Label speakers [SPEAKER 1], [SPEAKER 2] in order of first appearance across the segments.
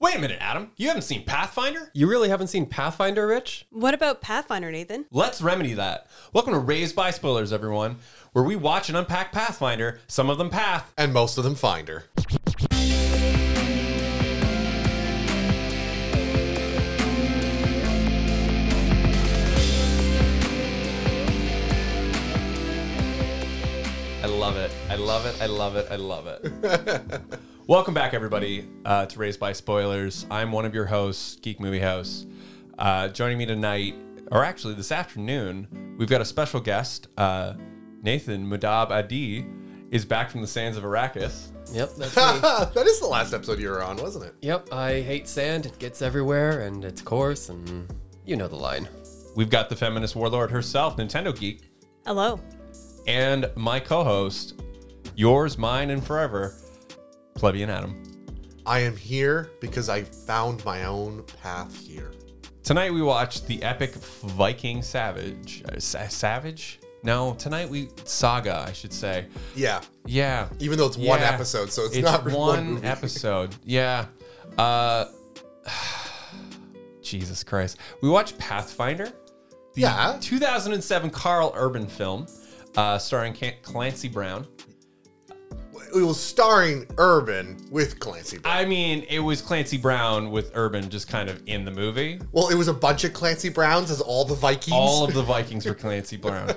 [SPEAKER 1] Wait a minute, Adam. You haven't seen Pathfinder? You really haven't seen Pathfinder, Rich?
[SPEAKER 2] What about Pathfinder, Nathan?
[SPEAKER 1] Let's remedy that. Welcome to Raised by Spoilers, everyone, where we watch and unpack Pathfinder, some of them path.
[SPEAKER 3] and most of them find her.
[SPEAKER 1] I love it. I love it. I love it. I love it. Welcome back, everybody, uh, to Raised by Spoilers. I'm one of your hosts, Geek Movie House. Uh, joining me tonight, or actually this afternoon, we've got a special guest, uh, Nathan Mudab Adi, is back from the sands of Arrakis.
[SPEAKER 4] Yep, that's me.
[SPEAKER 3] that is the last episode you were on, wasn't it?
[SPEAKER 4] yep, I hate sand. It gets everywhere and it's coarse and you know the line.
[SPEAKER 1] We've got the feminist warlord herself, Nintendo Geek,
[SPEAKER 2] Hello.
[SPEAKER 1] and my co-host, yours, mine, and forever, plebeian Adam.
[SPEAKER 3] I am here because I found my own path here.
[SPEAKER 1] Tonight we watched the epic Viking Savage. uh, Sa- Savage? No, tonight we saga, I should say.
[SPEAKER 3] Yeah,
[SPEAKER 1] Yeah,
[SPEAKER 3] even though it's one
[SPEAKER 1] yeah.
[SPEAKER 3] episode, so it's, not really
[SPEAKER 1] one
[SPEAKER 3] movie.
[SPEAKER 1] episode. Yeah. Uh, Jesus Christ, we watched Pathfinder. the
[SPEAKER 3] Yeah.
[SPEAKER 1] 2007 Carl Urban film, uh, starring Can- Clancy Brown.
[SPEAKER 3] It was starring Urban with Clancy. Brown.
[SPEAKER 1] I mean, it was Clancy Brown with Urban just kind of in the movie.
[SPEAKER 3] well, it was a bunch of Clancy Browns as all the Vikings.
[SPEAKER 1] All of the Vikings were Clancy Brown.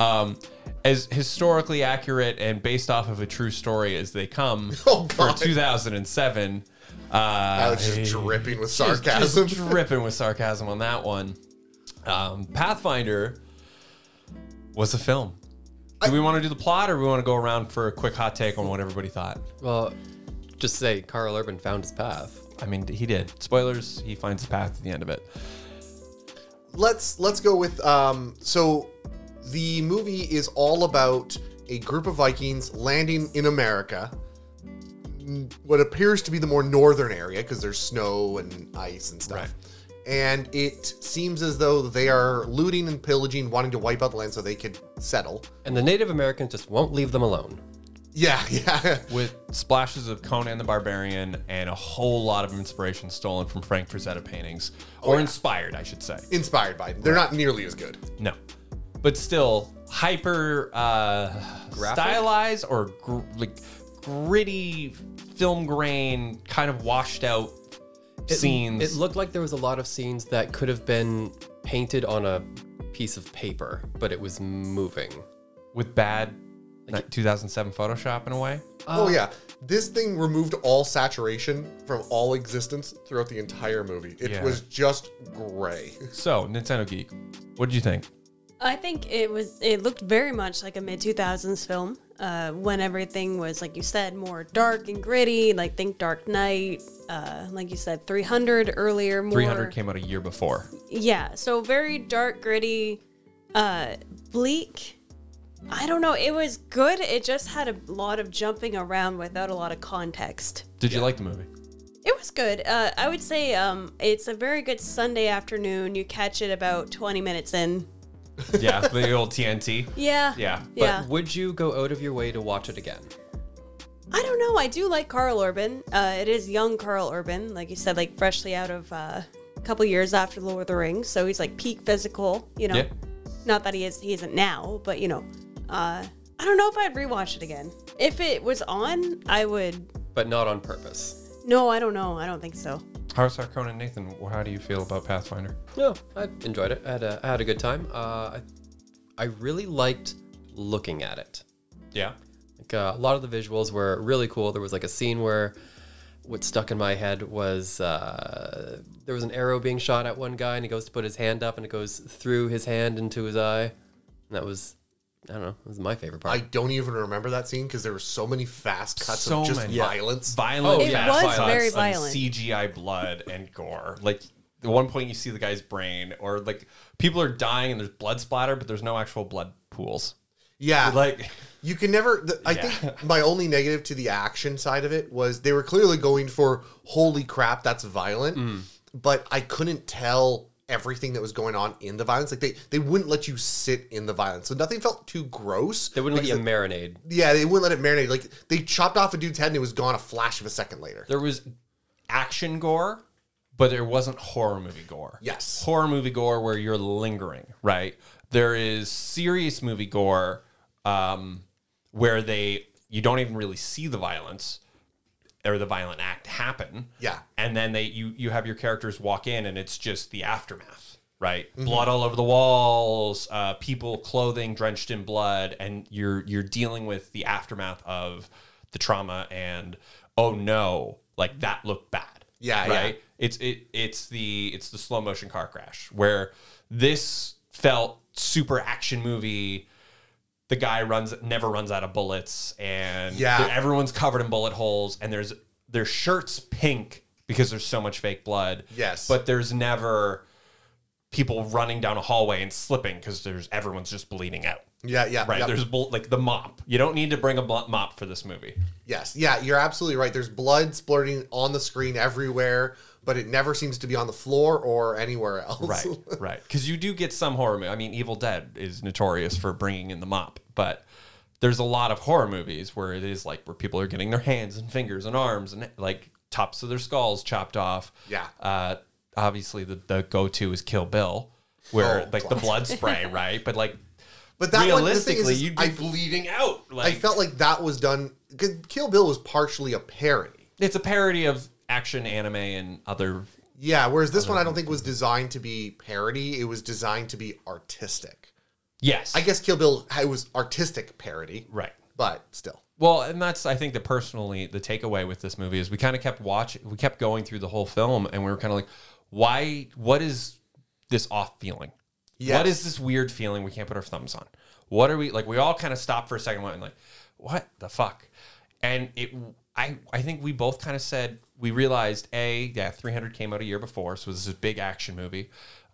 [SPEAKER 1] Um, as historically accurate and based off of a true story as they come
[SPEAKER 3] Oh,
[SPEAKER 1] for
[SPEAKER 3] God.
[SPEAKER 1] 2007. Uh,
[SPEAKER 3] I was just dripping with
[SPEAKER 1] just-
[SPEAKER 3] sarcasm.
[SPEAKER 1] Just dripping with sarcasm on that one. Um, Pathfinder was a film. Do we want to do the plot or we want to go around for a quick hot take on what everybody thought?
[SPEAKER 4] Well, just say Carl Urban found his path.
[SPEAKER 1] I mean, he did. Spoilers, he finds the path at the end of it.
[SPEAKER 3] let's let's go with um so the movie is all about a group of vikings landing in america n- what appears to be the more northern area because there's snow and ice and stuff and it seems as though they are looting and pillaging wanting to wipe out the land so they could settle
[SPEAKER 4] And the Native Americans just won't leave them alone.
[SPEAKER 3] yeah yeah
[SPEAKER 1] with splashes of Conan the Barbarian and a whole lot of inspiration stolen from Frank Frazetta paintings, or inspired, I should say.
[SPEAKER 3] inspired by them. they're not nearly as good
[SPEAKER 1] No, but still hyper uh, stylized or gr- like gritty film grain, kind of washed out
[SPEAKER 4] It-
[SPEAKER 1] scenes.
[SPEAKER 4] It looked like there was a lot of scenes that could have been painted on a piece of paper, but it was moving.
[SPEAKER 1] with bad like 2007 Photoshop in a way.
[SPEAKER 3] oh yeah this thing removed all saturation from all existence throughout the entire movie it
[SPEAKER 1] Yeah.
[SPEAKER 3] was just gray
[SPEAKER 1] So Nintendo Geek, what did you think?
[SPEAKER 2] I think it was. It looked very much like a mid two thousands film. Uh, when everything was like you said, more dark and gritty. Like think Dark Knight. Uh, like you said, three hundred earlier. More,
[SPEAKER 1] 300 came out a year before.
[SPEAKER 2] Yeah. So very dark, gritty, uh, bleak. I don't know. It was good. It just had a lot of jumping around without a lot of context.
[SPEAKER 1] Did you like the movie?
[SPEAKER 2] It was good. Uh, I would say um, it's a very good Sunday afternoon. You catch it about 20 minutes in.
[SPEAKER 1] yeah, the old TNT.
[SPEAKER 2] Yeah.
[SPEAKER 1] Yeah, but
[SPEAKER 2] Yeah.
[SPEAKER 4] But would you go out of your way to watch it again?
[SPEAKER 2] I don't know. I do like Carl Urban. Uh, it is young Carl Urban. Like you said, like freshly out of uh, a couple years after Lord of the Rings. So he's like peak physical, you know.
[SPEAKER 1] Yeah.
[SPEAKER 2] Not that he is he isn't now, but you know. Uh, I don't know if I'd rewatch it again. If it was on, I would.
[SPEAKER 4] But not on purpose.
[SPEAKER 2] No, I don't know. I don't think so.
[SPEAKER 1] How's our Conan Nathan? How do you feel about Pathfinder?
[SPEAKER 4] No, I enjoyed it. I had a, I had a good time. Uh, I, I really liked looking at it.
[SPEAKER 1] Yeah.
[SPEAKER 4] Like, uh, a lot of the visuals were really cool. There was like a scene where what stuck in my head was uh, there was an arrow being shot at one guy, and he goes to put his hand up, and it goes through his hand into his eye. And that was, I don't know, that was my favorite part.
[SPEAKER 3] I don't even remember that scene because there were so many fast cuts
[SPEAKER 1] So
[SPEAKER 3] of just
[SPEAKER 1] many.
[SPEAKER 3] violence.
[SPEAKER 1] Violent.
[SPEAKER 4] Oh, It yeah.
[SPEAKER 2] was
[SPEAKER 1] fast cuts
[SPEAKER 2] very
[SPEAKER 1] and
[SPEAKER 2] violent.
[SPEAKER 1] CGI blood and gore. Like at one point you see the guy's brain, or like people are dying and there's blood splatter, but there's no actual blood pools.
[SPEAKER 3] Yeah,
[SPEAKER 1] Like
[SPEAKER 3] you can never. The, I
[SPEAKER 1] Yeah.
[SPEAKER 3] think my only negative to the action side of it was they were clearly going for "Holy crap, that's violent,"
[SPEAKER 1] Mm.
[SPEAKER 3] but I couldn't tell everything that was going on in the violence. Like they they wouldn't let you sit in the violence, so nothing felt too gross.
[SPEAKER 4] they wouldn't let you marinade.
[SPEAKER 3] yeah, they wouldn't let it marinate. Like they chopped off a dude's head and it was gone a flash of a second later.
[SPEAKER 1] there was action gore, but there wasn't horror movie gore.
[SPEAKER 3] Yes.
[SPEAKER 1] Horror movie gore where you're lingering, right? There is serious movie gore um, where they you don't even really see the violence or the violent act happen.
[SPEAKER 3] Yeah.
[SPEAKER 1] And then they you you have your characters walk in and it's just the aftermath, right?
[SPEAKER 3] Mm-hmm.
[SPEAKER 1] Blood all over the walls, uh, people clothing drenched in blood, and you're you're dealing with the aftermath of the trauma and oh no, like that looked bad.
[SPEAKER 3] Yeah, yeah.
[SPEAKER 1] Right. It's it it's the it's the slow motion car crash where this felt super action movie the guy runs never runs out of bullets and
[SPEAKER 3] Yeah.
[SPEAKER 1] they're- everyone's covered in bullet holes and there's their shirts pink because there's so much fake blood
[SPEAKER 3] Yes.
[SPEAKER 1] but there's never people running down a hallway and slipping because there's everyone's just bleeding out
[SPEAKER 3] Yeah, yeah,
[SPEAKER 1] right
[SPEAKER 3] yeah.
[SPEAKER 1] there's bull, like the mop you don't need to bring a bl- mop for this movie
[SPEAKER 3] Yes, yeah, you're absolutely right. There's blood splurting on the screen everywhere, but it never seems to be on the floor or anywhere else.
[SPEAKER 1] right right because you do get some horror movie i mean evil dead is notorious for bringing in the mop but there's a lot of horror movies where it is like where people are getting their hands and fingers and arms and like tops of their skulls chopped off
[SPEAKER 3] Yeah.
[SPEAKER 1] uh obviously the, the go-to is kill bill where
[SPEAKER 3] Oh,
[SPEAKER 1] like the blood spray right but like
[SPEAKER 3] But that one, the thing
[SPEAKER 1] realistically
[SPEAKER 3] is, is
[SPEAKER 1] you'd be
[SPEAKER 3] I,
[SPEAKER 1] bleeding out
[SPEAKER 3] I
[SPEAKER 1] like
[SPEAKER 3] felt like that was done. 'cause Kill Bill was partially a parody.
[SPEAKER 1] it's a parody of action anime and other
[SPEAKER 3] Yeah, whereas this one I don't think was designed to be parody. It was designed to be artistic.
[SPEAKER 1] yes
[SPEAKER 3] I guess Kill Bill it was artistic parody,
[SPEAKER 1] right
[SPEAKER 3] but still.
[SPEAKER 1] Well, and that's I think the personally the takeaway with this movie is we kind of kept watching, we kept going through the whole film, and we were kind of like, why? What is this off feeling?
[SPEAKER 3] Yes.
[SPEAKER 1] What is this weird feeling we can't put our thumbs on? What are we like? We all kind of stopped for a second, and went like, what the fuck? And it, I, I think we both kind of said we realized a yeah, 300 came out a year before, so this is a big action movie,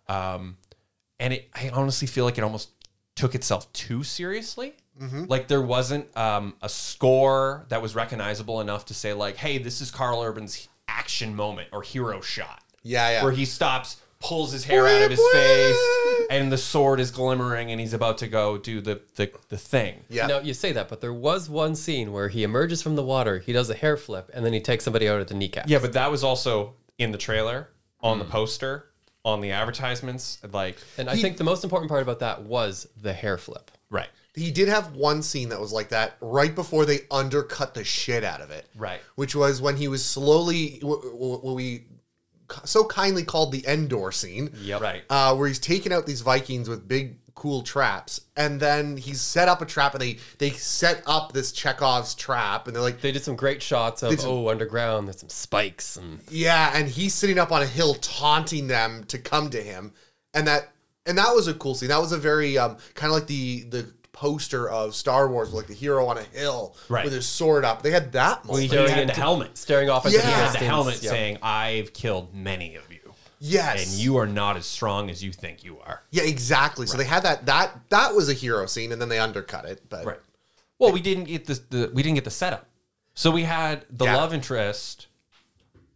[SPEAKER 1] um, and it, I honestly feel like it almost took itself too seriously.
[SPEAKER 3] Mm-hmm.
[SPEAKER 1] Like there wasn't um, a score that was recognizable enough to say like, hey, this is Carl Urban's action moment or hero shot
[SPEAKER 3] Yeah, yeah.
[SPEAKER 1] where he stops, pulls his hair out of his face, and the sword is glimmering, and he's about to go do the the, the thing.
[SPEAKER 3] yeah.
[SPEAKER 4] No, you say that, but there was one scene where he emerges from the water, he does a hair flip, and then he takes somebody out at the kneecap.
[SPEAKER 1] Yeah, but that was also in the trailer, on
[SPEAKER 3] Mm.
[SPEAKER 1] the poster, on the advertisements, like
[SPEAKER 4] And I think the most important part about that was the hair flip.
[SPEAKER 1] right,
[SPEAKER 3] He did have one scene that was like that right before they undercut the shit out of it.
[SPEAKER 1] Right.
[SPEAKER 3] Which was when he was slowly, wh- wh- what we so kindly called the Endor scene.
[SPEAKER 1] yep. right.
[SPEAKER 3] uh, where he's taking out these Vikings with big cool traps, and then he's set up a trap, and they they set up this Chekhov's trap, and they're like,
[SPEAKER 4] They did some great shots of
[SPEAKER 3] did-
[SPEAKER 4] oh underground. There's some spikes and
[SPEAKER 3] yeah, and he's sitting up on a hill taunting them to come to him, and that and that was a cool scene. That was a very um, kind of like the the poster of Star Wars, like the hero on a hill
[SPEAKER 1] Right.
[SPEAKER 3] with his sword up. They had that moment.
[SPEAKER 1] he had the
[SPEAKER 4] into-
[SPEAKER 1] helmet.
[SPEAKER 4] staring off at
[SPEAKER 3] Yeah.
[SPEAKER 4] the
[SPEAKER 1] He
[SPEAKER 3] Yeah,
[SPEAKER 1] had
[SPEAKER 4] distance.
[SPEAKER 1] the helmet
[SPEAKER 4] Yeah.
[SPEAKER 1] saying, "I've killed many of you,
[SPEAKER 3] yes,
[SPEAKER 1] and you are not as strong as you think you are."
[SPEAKER 3] Yeah, exactly. So they had that that that was a hero scene, and then they undercut it. But
[SPEAKER 1] Right. Well, we didn't get the, the we didn't get the setup. So we had the
[SPEAKER 3] Yeah.
[SPEAKER 1] love interest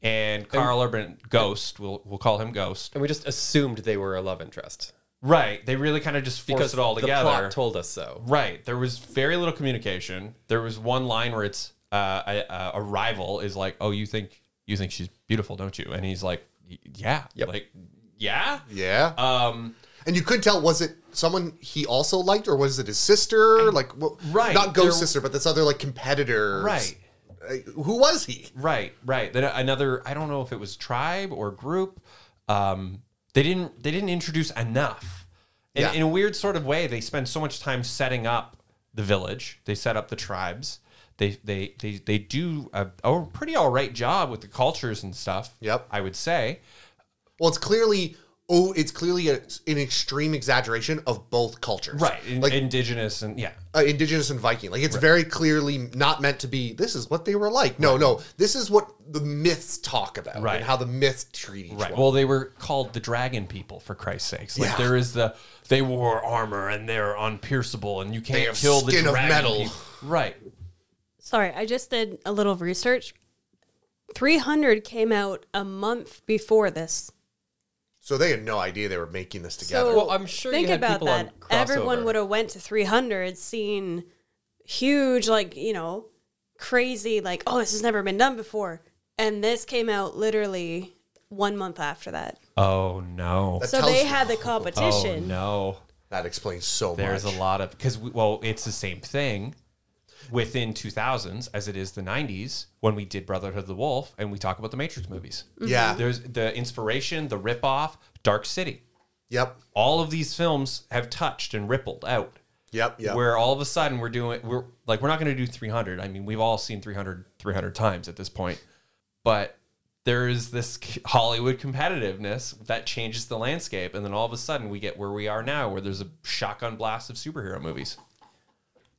[SPEAKER 1] and Carl Urban Ghost. We'll we'll call him Ghost.
[SPEAKER 4] And we just assumed they were a love interest
[SPEAKER 1] Right. They really kind of just forced
[SPEAKER 4] because
[SPEAKER 1] it all together.
[SPEAKER 4] The plot told us so.
[SPEAKER 1] right. There was very little communication. There was one line where it's uh, a, a- a rival is like, "Oh, you think you think she's beautiful, don't you?" And he's like, "Y- "Yeah."
[SPEAKER 4] Yep.
[SPEAKER 1] Like, "Yeah."
[SPEAKER 3] yeah,
[SPEAKER 1] Um.
[SPEAKER 3] And you could tell was it someone he also liked, or was it his sister? like, well,
[SPEAKER 1] right,
[SPEAKER 3] Not ghost
[SPEAKER 1] there-
[SPEAKER 3] sister, but this other like competitor.
[SPEAKER 1] Right.
[SPEAKER 3] Uh, Who was he?
[SPEAKER 1] Right, right. Then another I don't know if it was tribe or group. Um, they didn't they didn't introduce enough. In,
[SPEAKER 3] Yeah.
[SPEAKER 1] in a weird sort of way, they spend so much time setting up the village. They set up the tribes. They they they, they do a, a pretty all right job with the cultures and stuff.
[SPEAKER 3] Yep.
[SPEAKER 1] I would say.
[SPEAKER 3] Well, it's clearly oh, it's clearly a, an extreme exaggeration of both cultures.
[SPEAKER 1] in-
[SPEAKER 3] like
[SPEAKER 1] indigenous and yeah.
[SPEAKER 3] uh, indigenous and Viking. Like it's very clearly not meant to be. This is what they were like. No, no. This is what the myths talk about.
[SPEAKER 1] Right.
[SPEAKER 3] And how the myths treat each
[SPEAKER 1] Right.
[SPEAKER 3] one.
[SPEAKER 1] Well, they were called the dragon people for Christ's sakes. Like
[SPEAKER 3] Yeah.
[SPEAKER 1] there is the they wore armor and they're unpierceable and you can't
[SPEAKER 3] have
[SPEAKER 1] kill the
[SPEAKER 3] skin of
[SPEAKER 1] dragon
[SPEAKER 3] metal.
[SPEAKER 1] people. Right.
[SPEAKER 2] Sorry, I just did a little research. 300 came out a month before this.
[SPEAKER 3] so they had no idea they were making this together.
[SPEAKER 4] Well, I'm sure you
[SPEAKER 2] think
[SPEAKER 4] had
[SPEAKER 2] about
[SPEAKER 4] people
[SPEAKER 2] that.
[SPEAKER 4] on crossover.
[SPEAKER 2] Everyone would have went to 300, seen huge, like you know, crazy, like oh, this has never been done before. And this came out literally one month after that.
[SPEAKER 1] Oh no.
[SPEAKER 3] That
[SPEAKER 2] So
[SPEAKER 3] tells
[SPEAKER 2] they
[SPEAKER 3] you-
[SPEAKER 2] had the
[SPEAKER 1] Oh
[SPEAKER 2] competition.
[SPEAKER 1] no.
[SPEAKER 3] That explains so
[SPEAKER 1] There's
[SPEAKER 3] much.
[SPEAKER 1] a lot of because we, well, it's the same thing within 2000s as it is the 90s when we did Brotherhood of the Wolf and we talk about the Matrix movies.
[SPEAKER 3] Yeah.
[SPEAKER 1] There's the inspiration, the ripoff, Dark City.
[SPEAKER 3] Yep.
[SPEAKER 1] All of these films have touched and rippled out.
[SPEAKER 3] Yep. Yep.
[SPEAKER 1] Where all of a sudden we're doing we're like we're not going to do 300. I mean, we've all seen 300 300 times at this point. But there is this Hollywood competitiveness that changes the landscape and then all of a sudden we get where we are now where there's a shotgun blast of superhero movies.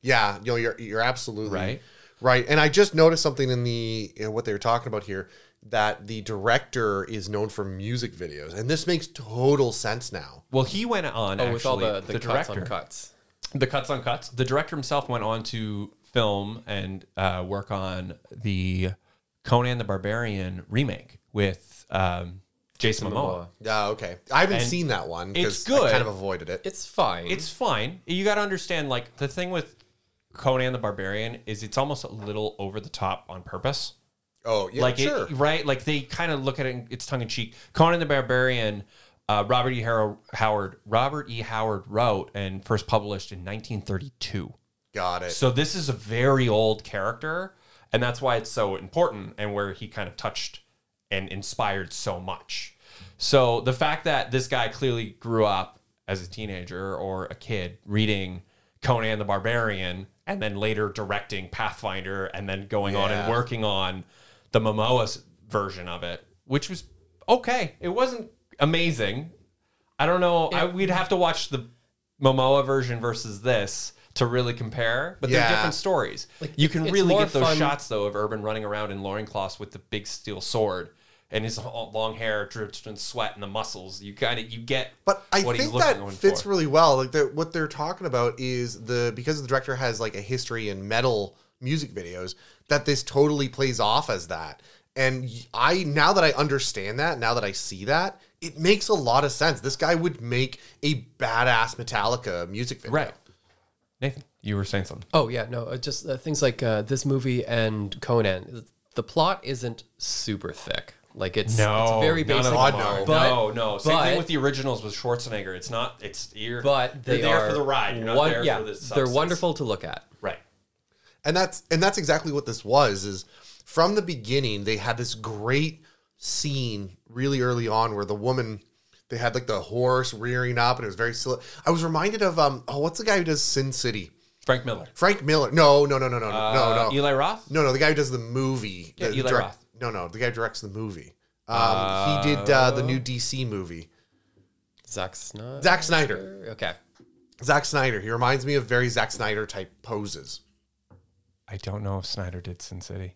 [SPEAKER 3] Yeah, you know, you're you're absolutely
[SPEAKER 1] Right.
[SPEAKER 3] Right. And I just noticed something in the in what they were talking about here that the director is known for music videos, and this makes total sense now.
[SPEAKER 1] Well, he went on
[SPEAKER 4] Oh,
[SPEAKER 1] actually,
[SPEAKER 4] with all the, the, cuts
[SPEAKER 1] director,
[SPEAKER 4] on cuts.
[SPEAKER 1] the cuts on cuts. The director himself went on to film and uh, work on the Conan the Barbarian remake with um, Jason Momoa.
[SPEAKER 4] Momoa.
[SPEAKER 3] Yeah. Uh, okay. I haven't seen that one
[SPEAKER 1] it's
[SPEAKER 3] because I
[SPEAKER 1] good.
[SPEAKER 3] kind of avoided it.
[SPEAKER 4] It's fine.
[SPEAKER 1] It's fine. You got to understand, like the thing with Conan the Barbarian is it's almost a little over the top on purpose.
[SPEAKER 3] oh, yeah,
[SPEAKER 1] like
[SPEAKER 3] sure.
[SPEAKER 1] it, right like they kind of look at it and it's tongue in cheek conan the barbarian uh, robert e Har- howard robert e howard wrote and first published in 1932
[SPEAKER 3] Got it.
[SPEAKER 1] so this is a very old character and that's why it's so important and where he kind of touched and inspired so much so the fact that this guy clearly grew up as a teenager or a kid reading conan the barbarian and then later directing pathfinder and then going on and
[SPEAKER 3] Yeah.
[SPEAKER 1] working on the momoa's version of it which was okay it wasn't amazing I don't know. I, we'd have to watch the Momoa version versus this to really compare, but
[SPEAKER 3] Yeah.
[SPEAKER 1] they're different stories. you can
[SPEAKER 4] it's
[SPEAKER 1] really
[SPEAKER 4] more
[SPEAKER 1] get those
[SPEAKER 4] fun-
[SPEAKER 1] shots though of Urban running around in loincloths with the big steel sword and his ho- long hair drenched in sweat and the muscles. You kind of you get
[SPEAKER 3] But I
[SPEAKER 1] what he's
[SPEAKER 3] think
[SPEAKER 1] looking
[SPEAKER 3] that fits
[SPEAKER 1] for.
[SPEAKER 3] really well. Like the, what they're talking about is the because the director has like a history in metal music videos that this totally plays off as that. And y- I now that I understand that, now that I see that, it makes a lot of sense. This guy would make a badass Metallica music video.
[SPEAKER 1] right. Nathan, you were saying something.
[SPEAKER 4] Oh yeah, no, uh, just uh, things like uh, this movie and Conan. The plot isn't super thick. Like it's it's very
[SPEAKER 1] none of
[SPEAKER 4] basic.
[SPEAKER 1] them
[SPEAKER 3] God,
[SPEAKER 1] are.
[SPEAKER 3] no.
[SPEAKER 4] But-
[SPEAKER 1] no, no. Same thing
[SPEAKER 4] but-
[SPEAKER 1] with the originals with Schwarzenegger. It's not. It's you're.
[SPEAKER 4] But they
[SPEAKER 1] you're there
[SPEAKER 4] are
[SPEAKER 1] for the ride. You're not
[SPEAKER 4] one-
[SPEAKER 1] there
[SPEAKER 4] yeah,
[SPEAKER 1] for the.
[SPEAKER 4] they're
[SPEAKER 1] substance.
[SPEAKER 4] wonderful to look at.
[SPEAKER 1] Right.
[SPEAKER 3] and that's and that's exactly what this was is from the beginning they had this great scene really early on where the woman they had like the horse rearing up and it was very silly i was reminded of um oh what's the guy who does sin city
[SPEAKER 1] Frank Miller.
[SPEAKER 3] frank miller no no no no no no
[SPEAKER 1] Uh,
[SPEAKER 3] no no
[SPEAKER 1] Eli Roth.
[SPEAKER 3] no no the guy who does the movie
[SPEAKER 1] Yeah,
[SPEAKER 3] the
[SPEAKER 1] Eli
[SPEAKER 3] direct-
[SPEAKER 1] Roth.
[SPEAKER 3] no no the guy who directs the movie um, he did uh, the new DC movie.
[SPEAKER 4] Zack Snyder.
[SPEAKER 3] Zack Snyder.
[SPEAKER 4] Okay.
[SPEAKER 3] Zack Snyder. He reminds me of very Zack Snyder type poses.
[SPEAKER 1] I don't know if Snyder did Sin City.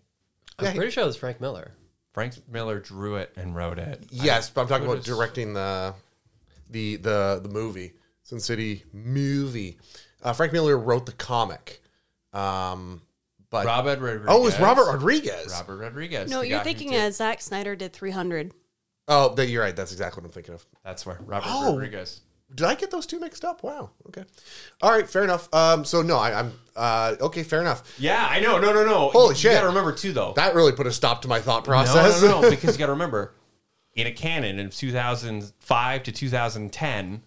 [SPEAKER 4] I'm
[SPEAKER 3] Yeah, he-
[SPEAKER 4] pretty sure it was Frank Miller.
[SPEAKER 1] Frank Miller drew it and wrote it.
[SPEAKER 3] Yes, but I'm talking about
[SPEAKER 1] is-
[SPEAKER 3] directing the the the the movie, Sin City movie. Uh, Frank Miller wrote the comic, um, but
[SPEAKER 1] Robert Rodriguez.
[SPEAKER 3] oh, it was Robert Rodriguez.
[SPEAKER 1] Robert Rodriguez.
[SPEAKER 2] No,
[SPEAKER 1] the
[SPEAKER 2] you're
[SPEAKER 1] guy who
[SPEAKER 2] thinking
[SPEAKER 1] did-
[SPEAKER 2] as Zack Snyder did 300.
[SPEAKER 3] Oh, that you're right. That's exactly what I'm thinking of.
[SPEAKER 1] That's where Robert
[SPEAKER 3] Oh.
[SPEAKER 1] Rodriguez.
[SPEAKER 3] Did I get those two mixed up? Wow. Okay. All right. Fair enough. Um, so no, I, I'm uh, okay. Fair enough.
[SPEAKER 1] Yeah, I know. No, no, no. you,
[SPEAKER 3] Holy shit.
[SPEAKER 1] You gotta remember too, though.
[SPEAKER 3] That really put a stop to my thought
[SPEAKER 1] no,
[SPEAKER 3] process.
[SPEAKER 1] no, no, no, because you gotta remember, in a canon in 2005 to 2010,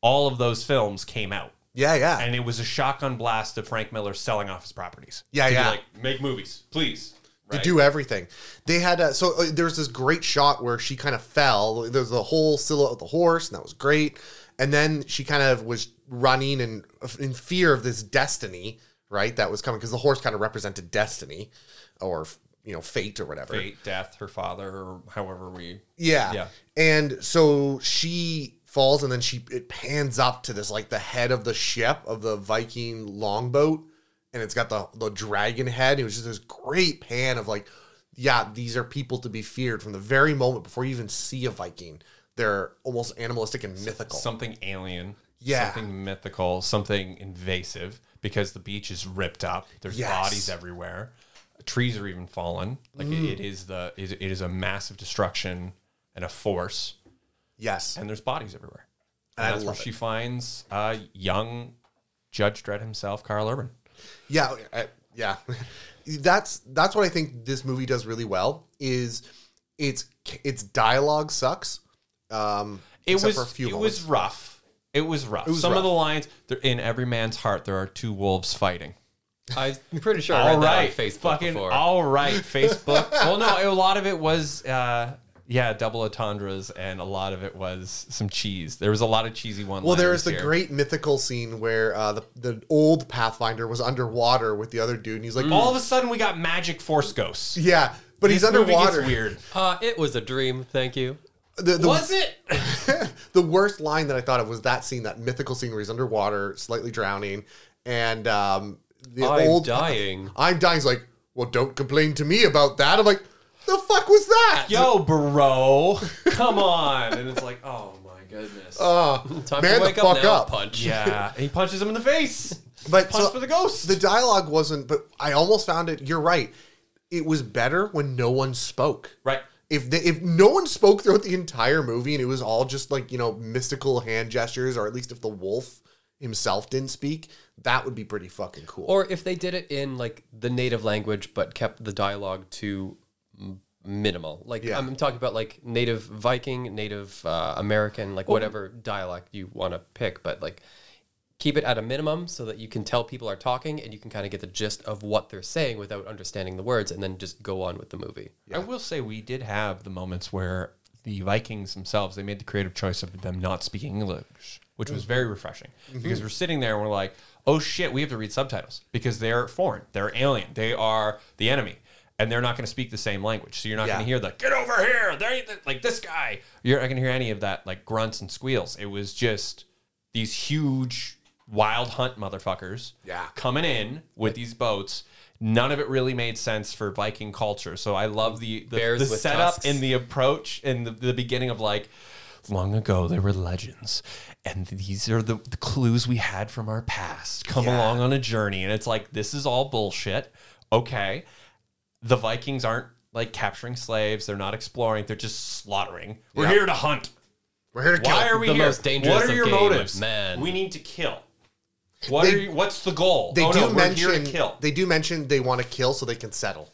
[SPEAKER 1] all of those films came out,
[SPEAKER 3] yeah, yeah.
[SPEAKER 1] and it was a shotgun blast of Frank Miller selling off his properties.
[SPEAKER 3] Yeah,
[SPEAKER 1] To be
[SPEAKER 3] yeah.
[SPEAKER 1] Like make movies, please.
[SPEAKER 3] to
[SPEAKER 1] Right?
[SPEAKER 3] do everything. They had uh, so uh, there's this great shot where she kind of fell. There's the whole silhouette of the horse, and that was great. And then she kind of was running and in fear of this destiny, right? That was coming because the horse kind of represented destiny, or you know, fate or whatever.
[SPEAKER 1] Fate, death, her father, or however we.
[SPEAKER 3] Yeah.
[SPEAKER 1] Yeah.
[SPEAKER 3] And so she falls and then she it pans up to this like the head of the ship of the Viking longboat and it's got the the dragon head. It was just this great pan of like yeah, these are people to be feared from the very moment before you even see a Viking. They're almost animalistic and mythical.
[SPEAKER 1] something alien,
[SPEAKER 3] Yeah.
[SPEAKER 1] something mythical, something invasive because the beach is ripped up. There's
[SPEAKER 3] Yes.
[SPEAKER 1] bodies everywhere. Trees are even fallen. Like
[SPEAKER 3] Mm.
[SPEAKER 1] it, it is the it, it is a massive destruction and a force,
[SPEAKER 3] yes.
[SPEAKER 1] and there's bodies everywhere.
[SPEAKER 3] And
[SPEAKER 1] And
[SPEAKER 3] I
[SPEAKER 1] that's where
[SPEAKER 3] love
[SPEAKER 1] she finds uh, young Judge Dredd himself, Carl Urban.
[SPEAKER 3] oh, Yeah, I, yeah. that's that's what I think this movie does really well is its its dialogue sucks. Um,
[SPEAKER 1] It
[SPEAKER 3] except
[SPEAKER 1] was
[SPEAKER 3] for a few
[SPEAKER 1] it
[SPEAKER 3] moments.
[SPEAKER 1] was rough. It was rough.
[SPEAKER 3] was
[SPEAKER 1] Some
[SPEAKER 3] rough.
[SPEAKER 1] of the lines they're in every man's heart there are two wolves fighting.
[SPEAKER 4] I'm pretty sure I
[SPEAKER 1] All
[SPEAKER 4] read
[SPEAKER 1] right,
[SPEAKER 4] that on Facebook
[SPEAKER 1] fucking
[SPEAKER 4] before.
[SPEAKER 1] all right, Facebook. well, no, a lot of it was, uh, yeah, double entendres, and a lot of it was some cheese. There was a lot of cheesy one.
[SPEAKER 3] Well, there is the great mythical scene where uh, the the old Pathfinder was underwater with the other dude, and he's like,
[SPEAKER 1] All of a sudden, we got magic force ghosts.
[SPEAKER 3] yeah, but he's
[SPEAKER 1] Mm. This movie gets
[SPEAKER 3] underwater.
[SPEAKER 1] Weird.
[SPEAKER 4] Uh, it was a dream. Thank you.
[SPEAKER 3] The, the,
[SPEAKER 1] Was it?
[SPEAKER 3] the worst line that I thought of was that scene, that mythical scene where he's underwater, slightly drowning, and um, the
[SPEAKER 4] I'm
[SPEAKER 3] old
[SPEAKER 4] dying.
[SPEAKER 3] I'm dying's like, well, don't complain to me about that. I'm like, the fuck was that?
[SPEAKER 1] Yo, bro, come on! And it's like, oh my goodness.
[SPEAKER 4] Time
[SPEAKER 3] Man
[SPEAKER 4] to
[SPEAKER 3] the
[SPEAKER 4] wake
[SPEAKER 3] fuck
[SPEAKER 4] up now.
[SPEAKER 3] up.
[SPEAKER 4] Punch.
[SPEAKER 1] yeah, and he punches him in the face.
[SPEAKER 3] But
[SPEAKER 1] Punch
[SPEAKER 3] so-
[SPEAKER 1] for the ghost.
[SPEAKER 3] the dialogue wasn't, but I almost found it. You're right. It was better when no one spoke.
[SPEAKER 1] right.
[SPEAKER 3] If they, if no one spoke throughout the entire movie and it was all just like you know mystical hand gestures, or at least if the wolf himself didn't speak, that would be pretty fucking cool.
[SPEAKER 4] Or if they did it in like the native language, but kept the dialogue to m- minimal. Like
[SPEAKER 3] Yeah.
[SPEAKER 4] I'm talking about like native Viking, native uh, American, like whatever dialect you want to pick, but like keep it at a minimum so that you can tell people are talking and you can kind of get the gist of what they're saying without understanding the words, and then just go on with the movie.
[SPEAKER 1] I will say we did have the moments where the Vikings themselves they made the creative choice of them not speaking English, which was very refreshing because we're sitting there and we're like, oh shit, we have to read subtitles because they're foreign, they're alien, they are the enemy. And they're not going to speak the same language, so you're not
[SPEAKER 3] Yeah.
[SPEAKER 1] going to hear the "get over here," they like this guy. You're not going to hear any of that like grunts and squeals. It was just these huge wild hunt motherfuckers
[SPEAKER 3] Yeah.
[SPEAKER 1] coming in with these boats. None of it really made sense for Viking culture. So I love the the,
[SPEAKER 4] Bears
[SPEAKER 1] the
[SPEAKER 4] with
[SPEAKER 1] setup
[SPEAKER 4] tusks.
[SPEAKER 1] and the approach and the, the beginning of like long ago there were legends and these are the, the clues we had from our past come along on a journey and it's like this is all bullshit okay the vikings aren't like capturing slaves they're not exploring they're just slaughtering we're
[SPEAKER 3] Yeah.
[SPEAKER 1] here to hunt
[SPEAKER 3] We're here to kill.
[SPEAKER 1] why
[SPEAKER 3] it.
[SPEAKER 1] are we
[SPEAKER 4] The
[SPEAKER 1] here?
[SPEAKER 4] most dangerous
[SPEAKER 1] what are
[SPEAKER 4] of
[SPEAKER 1] your
[SPEAKER 4] game,
[SPEAKER 1] motives?
[SPEAKER 4] man.
[SPEAKER 1] We need to kill. What
[SPEAKER 3] They-
[SPEAKER 1] are you, what's the goal?
[SPEAKER 3] They
[SPEAKER 1] oh,
[SPEAKER 3] do
[SPEAKER 1] no,
[SPEAKER 3] mention
[SPEAKER 1] we're here to kill. They,
[SPEAKER 3] they do mention they want to kill so they can settle.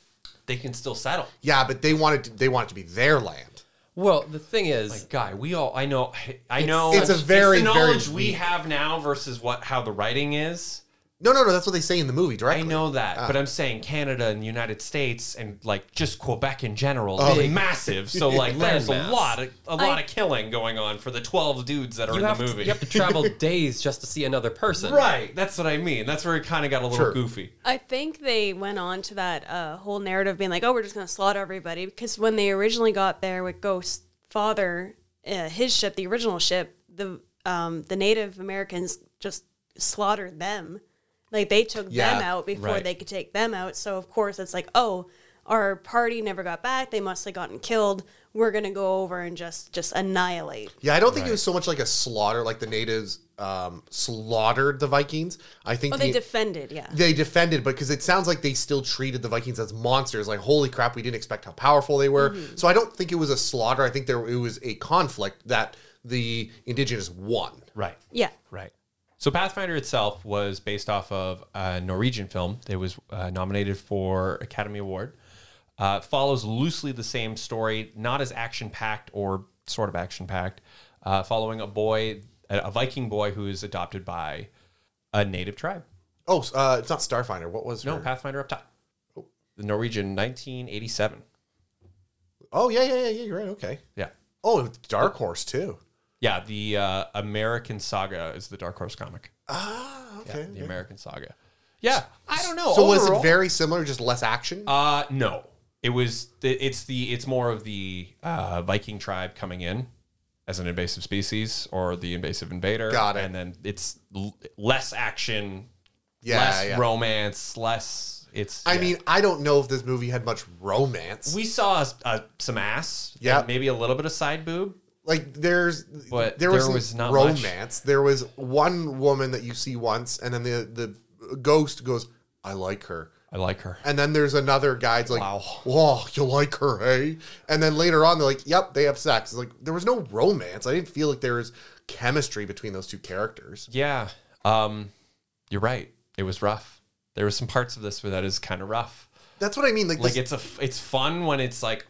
[SPEAKER 1] can still settle.
[SPEAKER 3] Yeah, but they wanted to, they want it to be their land.
[SPEAKER 4] Well, the thing is,
[SPEAKER 1] Guy, we all I know I know
[SPEAKER 3] it's a very,
[SPEAKER 1] the
[SPEAKER 3] very
[SPEAKER 1] knowledge we
[SPEAKER 3] weak-
[SPEAKER 1] have now versus what how the writing is.
[SPEAKER 3] No, no, no. That's what they say in the movie
[SPEAKER 1] I
[SPEAKER 3] directly.
[SPEAKER 1] know that,
[SPEAKER 3] Ah.
[SPEAKER 1] but I'm saying Canada and the United States and like just Quebec in general
[SPEAKER 3] Oh,
[SPEAKER 1] is massive. So like there's a
[SPEAKER 4] Landmass.
[SPEAKER 1] lot of a lot
[SPEAKER 2] I-
[SPEAKER 1] of killing going on for the 12 dudes that are
[SPEAKER 4] you
[SPEAKER 1] in
[SPEAKER 4] have,
[SPEAKER 1] the
[SPEAKER 4] to,
[SPEAKER 1] movie.
[SPEAKER 4] you have to travel days just to see another person.
[SPEAKER 1] right, that's what I mean. That's where it kind of got a little
[SPEAKER 3] Sure.
[SPEAKER 1] goofy.
[SPEAKER 2] I think they went on to that uh, whole narrative being like, oh, we're just going to slaughter everybody. Because when they originally got there with Ghost Father, uh, his ship, the original ship, the um, the Native Americans just slaughtered them. Like they took
[SPEAKER 3] Yeah,
[SPEAKER 2] them out before
[SPEAKER 1] right.
[SPEAKER 2] they could take them out. So, of course, it's like, oh, our party never got back. They must have gotten killed. We're going to go over and just, just annihilate.
[SPEAKER 3] Yeah, I don't think it was so much like a slaughter, like the natives um, slaughtered the Vikings. I think
[SPEAKER 2] Oh, they
[SPEAKER 3] the-
[SPEAKER 2] defended, yeah.
[SPEAKER 3] they defended, but because it sounds like they still treated the Vikings as monsters. Like, holy crap, we didn't expect how powerful they were. So I don't think it was a slaughter. I think there it was a conflict that the indigenous won.
[SPEAKER 1] Right.
[SPEAKER 2] yeah.
[SPEAKER 1] Right. So Pathfinder itself was based off of a Norwegian film that was uh, nominated for Academy Award. Uh, it follows loosely the same story, not as action packed or sort of action packed, uh, following a boy, a a Viking boy who is adopted by a native tribe.
[SPEAKER 3] Oh, s- uh, it's not Starfinder. What was
[SPEAKER 1] No,
[SPEAKER 3] her-
[SPEAKER 1] Pathfinder up top. The Norwegian 1987.
[SPEAKER 3] Oh yeah, yeah, yeah, yeah. You're right. Okay.
[SPEAKER 1] Yeah.
[SPEAKER 3] Oh, it's Dark Horse too.
[SPEAKER 1] Yeah, the uh, American Saga is the Dark Horse comic.
[SPEAKER 3] Ah, okay.
[SPEAKER 1] The
[SPEAKER 3] okay.
[SPEAKER 1] American Saga. Yeah, I don't know.
[SPEAKER 3] So was
[SPEAKER 1] Overall-
[SPEAKER 3] it very similar, just less action?
[SPEAKER 1] Uh no. It was it's the it's more of the uh, Viking tribe coming in as an invasive species or the invasive invader.
[SPEAKER 3] Got it.
[SPEAKER 1] And then it's l- less action,
[SPEAKER 3] yeah,
[SPEAKER 1] less
[SPEAKER 3] yeah.
[SPEAKER 1] romance, less. It's.
[SPEAKER 3] I
[SPEAKER 1] yeah.
[SPEAKER 3] mean, I don't know if this movie had much romance.
[SPEAKER 1] we saw s- uh, some ass.
[SPEAKER 3] Yeah.
[SPEAKER 1] and Maybe a little bit of side boob.
[SPEAKER 3] like there's
[SPEAKER 1] But
[SPEAKER 3] there,
[SPEAKER 1] there
[SPEAKER 3] was,
[SPEAKER 1] was not much.
[SPEAKER 3] romance. There was one woman that you see once, and then the the ghost goes, "I like her."
[SPEAKER 1] I like her.
[SPEAKER 3] And then there's another guy's like,
[SPEAKER 1] Wow.
[SPEAKER 3] "Whoa, you like her, hey?" And then later on, they're like, "Yep, they have sex." It's like there was no romance. I didn't feel like there was chemistry between those two characters.
[SPEAKER 1] Yeah. Um, you're right. It was rough. There were some parts of this where that is kind of rough.
[SPEAKER 3] That's what I mean. Like,
[SPEAKER 1] Like
[SPEAKER 3] this,
[SPEAKER 1] it's a f- it's fun when it's like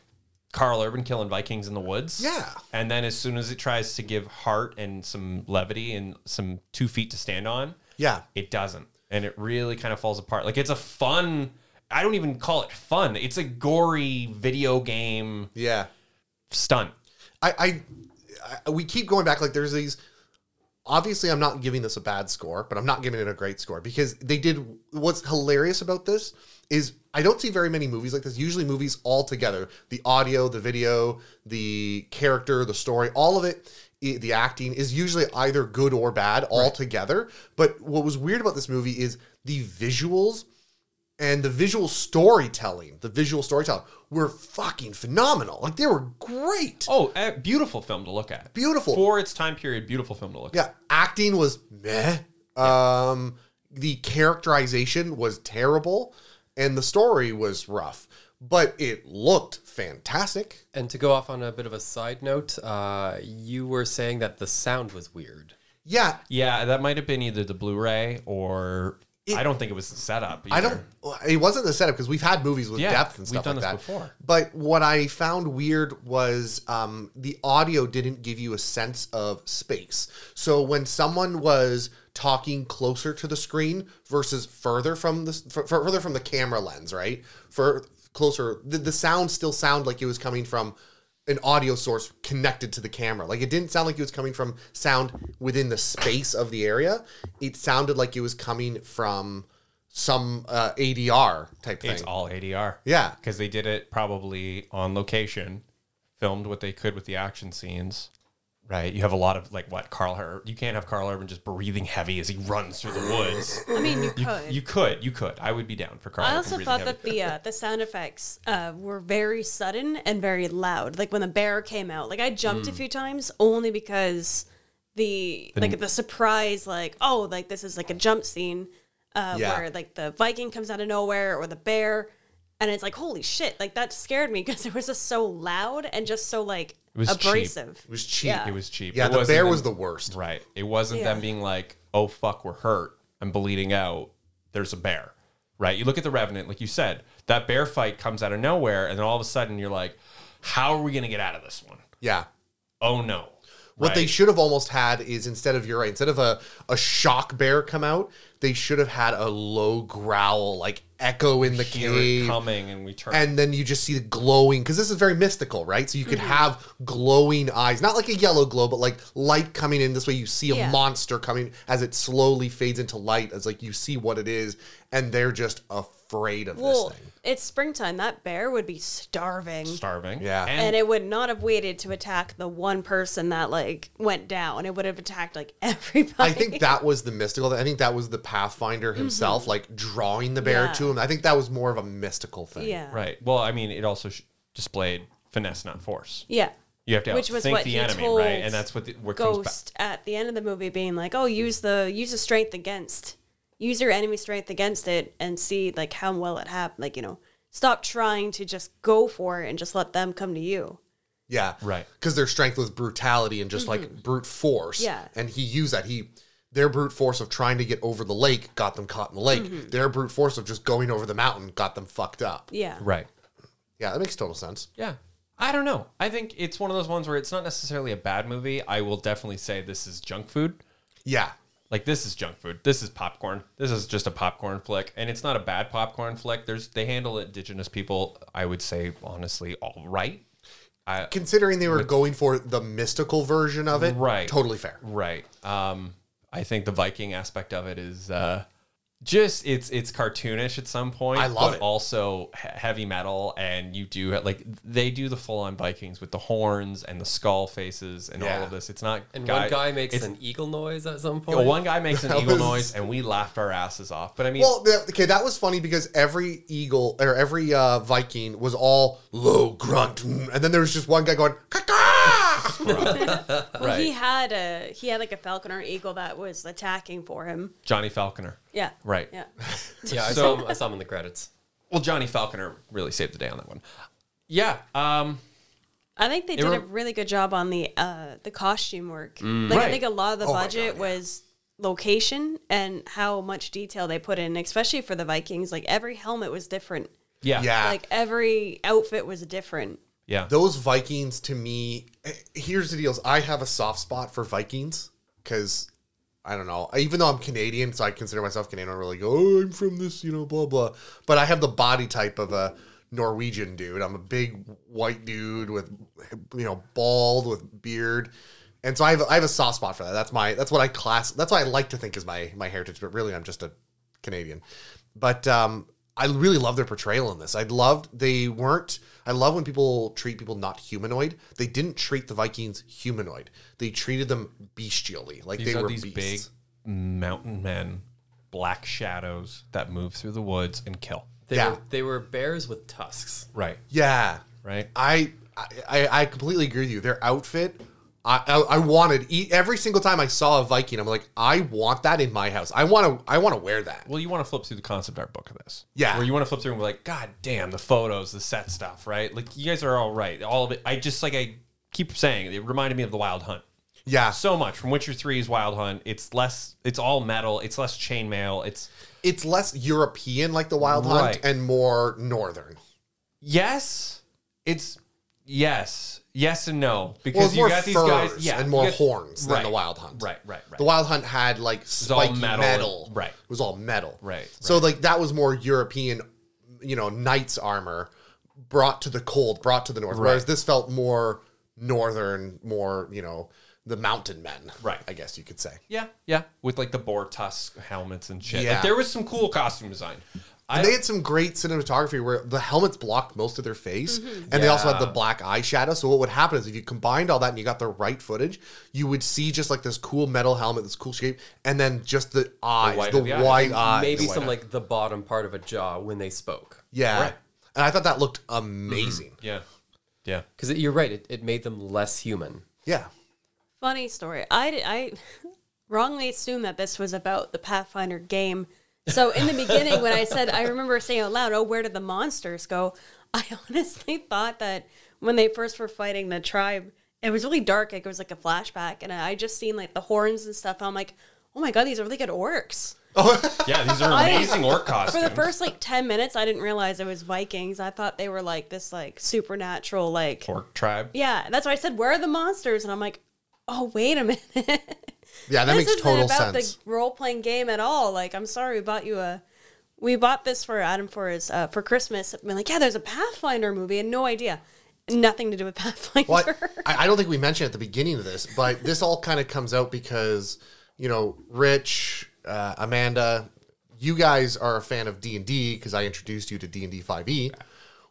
[SPEAKER 1] Carl Urban killing Vikings in the woods.
[SPEAKER 3] Yeah.
[SPEAKER 1] And then as soon as it tries to give heart and some levity and some two feet to stand on,
[SPEAKER 3] yeah,
[SPEAKER 1] it doesn't. And it really kind of falls apart. Like it's a fun I don't even call it fun. It's a gory video game
[SPEAKER 3] yeah.
[SPEAKER 1] stunt.
[SPEAKER 3] I, I, I we keep going back. Like there's these. Obviously, I'm not giving this a bad score, but I'm not giving it a great score because they did. What's hilarious about this is I don't see very many movies like this. Usually, movies all together the audio, the video, the character, the story, all of it. i- The acting is usually either good or bad all together. But what was weird about this movie is the visuals and the visual storytelling, the visual storytelling were fucking phenomenal. Like they were great.
[SPEAKER 1] Oh, a beautiful film to look at.
[SPEAKER 3] Beautiful.
[SPEAKER 1] For its time period, beautiful film to look at.
[SPEAKER 3] Yeah, acting was meh. Um, the characterization was terrible, and the story was rough. But it looked fantastic.
[SPEAKER 4] And to go off on a bit of a side note, uh, you were saying that the sound was weird.
[SPEAKER 3] Yeah,
[SPEAKER 1] Yeah, that might have been either the Blu-ray or I don't think it was the setup.
[SPEAKER 3] I
[SPEAKER 1] either.
[SPEAKER 3] don't. It wasn't the setup because we've had movies with
[SPEAKER 1] Yeah,
[SPEAKER 3] depth and
[SPEAKER 1] we've
[SPEAKER 3] stuff
[SPEAKER 1] done
[SPEAKER 3] like
[SPEAKER 1] this
[SPEAKER 3] that
[SPEAKER 1] before.
[SPEAKER 3] But what I found weird was um, the audio didn't give you a sense of space. So when someone was talking closer to the screen versus further from the f- further from the camera lens, right? For closer, the, the sound still sound like it was coming from an audio source connected to the camera. Like it didn't sound like it was coming from sound within the space of the area. It sounded like it was coming from some uh, ADR type thing.
[SPEAKER 1] It's all ADR.
[SPEAKER 3] Yeah.
[SPEAKER 1] Because they did it probably on location, filmed what they could with the action scenes. Right. You have a lot of like what Carl Ur- you can't have Carl Urban just breathing heavy as he runs through the woods.
[SPEAKER 2] I mean, you could.
[SPEAKER 1] you could, you could. I would be down for Carl
[SPEAKER 2] I
[SPEAKER 1] Urban
[SPEAKER 2] also
[SPEAKER 1] breathing
[SPEAKER 2] thought
[SPEAKER 1] heavy.
[SPEAKER 2] that the uh, the sound effects uh, were very sudden and very loud. Like when the bear came out, like I jumped a few times only because the like the surprise, like oh, like this is like a jump scene uh,
[SPEAKER 3] Yeah.
[SPEAKER 2] where like the Viking comes out of nowhere or the bear, and it's like holy shit, like that scared me because it was just so loud and just so like
[SPEAKER 1] was cheap.
[SPEAKER 2] abrasive.
[SPEAKER 3] It was cheap.
[SPEAKER 1] it was cheap.
[SPEAKER 3] Yeah,
[SPEAKER 1] It
[SPEAKER 3] the
[SPEAKER 1] wasn't
[SPEAKER 3] bear
[SPEAKER 1] them-
[SPEAKER 3] was the worst.
[SPEAKER 1] Right. It wasn't them
[SPEAKER 2] Yeah.
[SPEAKER 1] being like, oh, fuck, we're hurt. I'm bleeding out. There's a bear. Right. You look at the Revenant, like you said, that bear fight comes out of nowhere. And then all of a sudden you're like, how are we going to get out of this one?
[SPEAKER 3] Yeah.
[SPEAKER 1] Oh, no.
[SPEAKER 3] What
[SPEAKER 1] Right.
[SPEAKER 3] they should have almost had is instead of you're right, instead of a, a shock bear come out, they should have had a low growl, like echo in the
[SPEAKER 1] hear it
[SPEAKER 3] cave.
[SPEAKER 1] coming and we turn.
[SPEAKER 3] And then you just see the glowing, because this is very mystical, right? So you
[SPEAKER 2] Mm-hmm.
[SPEAKER 3] could have glowing eyes, not like a yellow glow, but like light coming in. This way you see a
[SPEAKER 2] Yeah.
[SPEAKER 3] monster coming as it slowly fades into light, as like you see what it is, and they're just afraid of
[SPEAKER 2] Well,
[SPEAKER 3] this thing.
[SPEAKER 2] it's springtime. That bear would be starving.
[SPEAKER 1] starving.
[SPEAKER 3] Yeah.
[SPEAKER 1] And,
[SPEAKER 2] and it would not have waited to attack the one person that like went down. It would have attacked like everybody.
[SPEAKER 3] I think that was the mystical. I think that was the Pathfinder himself, like drawing the bear
[SPEAKER 2] Yeah.
[SPEAKER 3] to him. I think that was more of a mystical thing.
[SPEAKER 2] yeah,
[SPEAKER 1] right. Well, I mean, it also sh- displayed finesse, not force.
[SPEAKER 2] yeah.
[SPEAKER 1] You have to
[SPEAKER 2] Which was
[SPEAKER 1] outthink
[SPEAKER 2] what
[SPEAKER 1] the
[SPEAKER 2] he
[SPEAKER 1] enemy,
[SPEAKER 2] told
[SPEAKER 1] right? And that's what the, where it comes back.
[SPEAKER 2] Ghost at the end of the movie being like, "Oh, use the use the strength against, use your enemy strength against it, and see like how well it happened. Like you know, stop trying to just go for it and just let them come to you."
[SPEAKER 3] Yeah.
[SPEAKER 1] Right.
[SPEAKER 3] Because their strength was brutality and just like brute force.
[SPEAKER 2] Mm-hmm. Yeah.
[SPEAKER 3] And he used that. He their brute force of trying to get over the lake got them caught in the lake. Their brute force of just going over the mountain got them fucked up.
[SPEAKER 2] Mm-hmm. Yeah,
[SPEAKER 1] Right.
[SPEAKER 3] Yeah, that makes total sense.
[SPEAKER 1] Yeah. I don't know. I think it's one of those ones where it's not necessarily a bad movie. I will definitely say this is junk food.
[SPEAKER 3] Yeah.
[SPEAKER 1] Like this is junk food. This is popcorn. This is just a popcorn flick, and it's not a bad popcorn flick. There's they handle indigenous people. I would say honestly, all right. Uh,
[SPEAKER 3] Considering they were going for the mystical version of it.
[SPEAKER 1] Right.
[SPEAKER 3] Totally fair.
[SPEAKER 1] Right. Um, I think the Viking aspect of it is uh, just it's it's cartoonish at some point.
[SPEAKER 3] I love
[SPEAKER 1] but
[SPEAKER 3] it.
[SPEAKER 1] Also he- heavy metal, and you do like they do the full on Vikings with the horns and the skull faces and all
[SPEAKER 3] Yeah.
[SPEAKER 1] of this. It's not
[SPEAKER 4] And one guy makes an eagle noise at some
[SPEAKER 1] you
[SPEAKER 4] point.
[SPEAKER 1] know, one guy makes an
[SPEAKER 3] That
[SPEAKER 1] eagle
[SPEAKER 3] was-
[SPEAKER 1] noise, and we laughed our asses off. But I mean,
[SPEAKER 3] Well, that- okay, that was funny because every eagle or every uh, Viking was all low grunt, mm, and then there was just one guy going, "Caw-caw!"
[SPEAKER 2] Well, he had a he had like a falcon or eagle that was attacking for him.
[SPEAKER 1] Johnny Falconer.
[SPEAKER 2] Yeah,
[SPEAKER 1] Right.
[SPEAKER 2] Yeah,
[SPEAKER 4] yeah, I, saw him, I saw him in the credits.
[SPEAKER 1] Well, Johnny Falconer really saved the day on that one. Yeah. Um,
[SPEAKER 2] I think they did a
[SPEAKER 1] were-
[SPEAKER 2] really good job on the uh, the costume work. like
[SPEAKER 1] Right.
[SPEAKER 2] I think a lot of the
[SPEAKER 3] Oh my
[SPEAKER 2] budget
[SPEAKER 3] God,
[SPEAKER 2] was location and how much detail they put in, especially for the Vikings. Like every helmet was different.
[SPEAKER 1] Yeah.
[SPEAKER 3] Yeah.
[SPEAKER 2] Like every outfit was different.
[SPEAKER 1] Yeah.
[SPEAKER 3] those Vikings to me, eh, here's the deals. I have a soft spot for Vikings because I don't know. Even though I'm Canadian, so I consider myself Canadian. I really go, oh, I'm from this, you know, blah blah. But I have the body type of a Norwegian dude. I'm a big white dude with, you know, bald with beard. And so I have, I have a soft spot for that. That's my that's what I class. That's what I like to think is my my heritage. But really, I'm just a Canadian. But um, I really love their portrayal in this. I loved they weren't. I love when people treat people not humanoid. They didn't treat the Vikings humanoid. They treated them bestially, like
[SPEAKER 1] these
[SPEAKER 3] they
[SPEAKER 1] are
[SPEAKER 3] were
[SPEAKER 1] these
[SPEAKER 3] beasts.
[SPEAKER 1] big mountain men, black shadows that move through the woods and kill.
[SPEAKER 4] They,
[SPEAKER 3] Yeah.
[SPEAKER 4] were, they were bears with tusks.
[SPEAKER 1] Right.
[SPEAKER 3] Yeah,
[SPEAKER 1] Right.
[SPEAKER 3] I, I I completely agree with you. Their outfit, I I, I wanted e- every single time I saw a Viking. I'm like, I want that in my house. I want to I want to wear that.
[SPEAKER 1] Well, you want to flip through the concept art book of this.
[SPEAKER 3] Yeah.
[SPEAKER 1] Where you want to flip through and be like, God damn, the photos, the set stuff, right? Like, you guys are all right. All of it. I just, like, I keep saying, it reminded me of The Wild Hunt.
[SPEAKER 3] Yeah,
[SPEAKER 1] So much from Witcher 3's Wild Hunt. It's less, it's all metal. It's less chainmail. It's,
[SPEAKER 3] it's less European like the Wild Hunt
[SPEAKER 1] Right.
[SPEAKER 3] and more northern.
[SPEAKER 1] yes, it's, yes, yes and no. Because
[SPEAKER 3] Well, it's
[SPEAKER 1] you
[SPEAKER 3] more
[SPEAKER 1] got
[SPEAKER 3] furs
[SPEAKER 1] these guys, yeah.
[SPEAKER 3] and
[SPEAKER 1] you
[SPEAKER 3] more
[SPEAKER 1] got-
[SPEAKER 3] horns than
[SPEAKER 1] Right.
[SPEAKER 3] the Wild Hunt.
[SPEAKER 1] Right, right, right.
[SPEAKER 3] The Wild Hunt had like
[SPEAKER 1] all
[SPEAKER 3] spiky
[SPEAKER 1] metal
[SPEAKER 3] metal,
[SPEAKER 1] and- right.
[SPEAKER 3] It was all metal.
[SPEAKER 1] Right,
[SPEAKER 3] So like that was more European, you know, knight's armor brought to the cold, brought to the north. Whereas this felt more northern, more you know, the mountain men.
[SPEAKER 1] Right.
[SPEAKER 3] I guess you could say.
[SPEAKER 1] Yeah, yeah, with like the boar tusk helmets and shit. Like
[SPEAKER 3] Yeah.
[SPEAKER 1] there was some cool costume design. I
[SPEAKER 3] And they had some great cinematography where the helmets blocked most of their face,
[SPEAKER 1] Mm-hmm.
[SPEAKER 3] and they also had the black eye shadow. So what would happen is if you combined all that and you got the right footage, you would see just like this cool metal helmet, this cool shape, and then just the eyes,
[SPEAKER 1] white
[SPEAKER 3] the,
[SPEAKER 1] of the eye.
[SPEAKER 3] wide eyes,
[SPEAKER 4] Maybe
[SPEAKER 3] the
[SPEAKER 4] some
[SPEAKER 3] white eye.
[SPEAKER 4] like the bottom part of a jaw when they spoke.
[SPEAKER 3] yeah.
[SPEAKER 1] Right. Mm-hmm.
[SPEAKER 3] And I thought that looked amazing.
[SPEAKER 1] yeah, yeah.
[SPEAKER 4] Because you're right, it, it made them less human.
[SPEAKER 3] Yeah,
[SPEAKER 2] Funny story. I, di- I wrongly assumed that this was about the Pathfinder game. So in the beginning, when I said, I remember saying out loud, oh, where did the monsters go? I honestly thought that when they first were fighting the tribe, it was really dark. Like, it was like a flashback. And I just seen like the horns and stuff. I'm like, oh my God, these are really good orcs.
[SPEAKER 1] Yeah, these are
[SPEAKER 2] I-
[SPEAKER 1] amazing orc
[SPEAKER 2] For
[SPEAKER 1] costumes.
[SPEAKER 2] the first like 10 minutes, I didn't realize it was Vikings. I thought they were like this like supernatural, like.
[SPEAKER 1] orc tribe.
[SPEAKER 2] Yeah, that's why I said, where are the monsters? And I'm like, oh, wait a minute.
[SPEAKER 3] yeah, that
[SPEAKER 2] this
[SPEAKER 3] makes
[SPEAKER 2] isn't
[SPEAKER 3] total
[SPEAKER 2] about
[SPEAKER 3] sense.
[SPEAKER 2] the role playing game at all. Like, I'm sorry, we bought you a. We bought this for Adam for his uh, for Christmas. I mean, like, yeah, there's a Pathfinder movie, and no idea, nothing to do with Pathfinder.
[SPEAKER 3] What I, I don't think we mentioned at the beginning of this, but this all kind of comes out because you know, Rich, uh, Amanda, you guys are a fan of D and D because I introduced you to D and D Five E.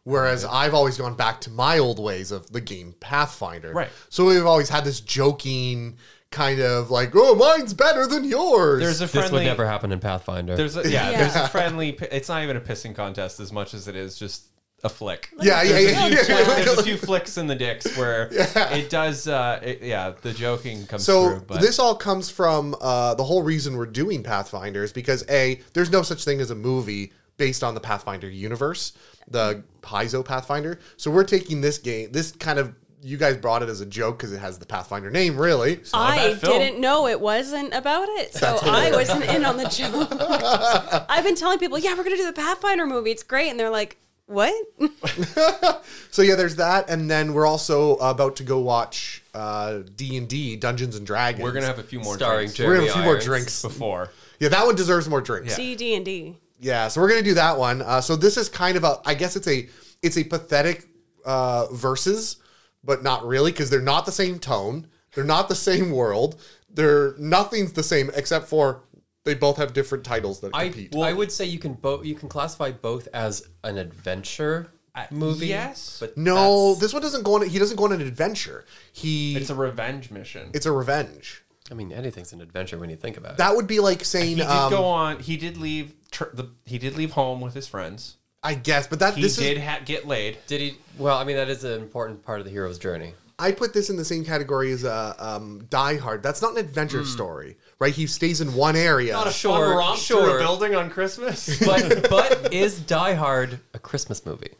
[SPEAKER 3] Whereas I've always gone back to my old ways of the game Pathfinder.
[SPEAKER 1] Right.
[SPEAKER 3] So we've always had this joking kind of like, oh, mine's better than yours.
[SPEAKER 1] There's a
[SPEAKER 4] This would
[SPEAKER 1] friendly.
[SPEAKER 4] never happen in Pathfinder.
[SPEAKER 1] There's a, yeah,
[SPEAKER 2] Yeah.
[SPEAKER 1] There's a friendly. p- It's not even a pissing contest as much as it is just a flick.
[SPEAKER 3] yeah, yeah, yeah.
[SPEAKER 1] There's
[SPEAKER 3] yeah.
[SPEAKER 1] a few flicks in the dicks where it does. Uh, it, yeah, the joking comes
[SPEAKER 3] So
[SPEAKER 1] through. But
[SPEAKER 3] this all comes from uh, the whole reason we're doing Pathfinder is because a there's no such thing as a movie based on the Pathfinder universe, the Paizo Pathfinder. So we're taking this game, this kind of you guys brought it as a joke because it has the Pathfinder name, really.
[SPEAKER 1] not a
[SPEAKER 2] I
[SPEAKER 1] bad Oh, film.
[SPEAKER 2] didn't know it wasn't about it, so I wasn't in on the joke. I've been telling people, yeah, we're gonna do the Pathfinder movie. It's great, and they're like, what?
[SPEAKER 3] So yeah, there's that, and then we're also about to go watch uh, D and D Dungeons and Dragons.
[SPEAKER 1] we're gonna have a few more
[SPEAKER 4] Starring
[SPEAKER 1] drinks
[SPEAKER 4] Jeremy
[SPEAKER 3] we're gonna have a few more
[SPEAKER 4] Irons.
[SPEAKER 3] drinks.
[SPEAKER 1] before.
[SPEAKER 3] Yeah, that one deserves more drinks.
[SPEAKER 2] D D and D.
[SPEAKER 3] Yeah, so we're gonna do that one. Uh, so this is kind of a, I guess it's a, it's a pathetic uh, verses, but not really because they're not the same tone. They're not the same world. They're nothing's the same except for they both have different titles that
[SPEAKER 4] I,
[SPEAKER 3] compete.
[SPEAKER 4] I would say you can both you can classify both as an adventure movie.
[SPEAKER 1] yes.
[SPEAKER 4] but
[SPEAKER 3] no,
[SPEAKER 4] that's-
[SPEAKER 3] this one doesn't go on. He doesn't go on an adventure. He
[SPEAKER 1] It's a revenge mission.
[SPEAKER 3] it's a revenge.
[SPEAKER 4] I mean anything's an adventure when you think about it.
[SPEAKER 3] That would be like saying,
[SPEAKER 1] he did
[SPEAKER 3] um,
[SPEAKER 1] go on. He did leave. Tr- the, he did leave home with his friends.
[SPEAKER 3] I guess, but that
[SPEAKER 1] He
[SPEAKER 3] this
[SPEAKER 1] did
[SPEAKER 3] is.
[SPEAKER 1] ha- get laid.
[SPEAKER 4] Did he? Well, I mean that is an important part of the hero's journey.
[SPEAKER 3] I put this in the same category as uh, um, Die Hard. That's not an adventure
[SPEAKER 1] Hmm.
[SPEAKER 3] story, right? He stays in one area.
[SPEAKER 4] Sure,
[SPEAKER 1] fun romp
[SPEAKER 4] sure.
[SPEAKER 1] through a building on Christmas.
[SPEAKER 4] But but is Die Hard a Christmas movie?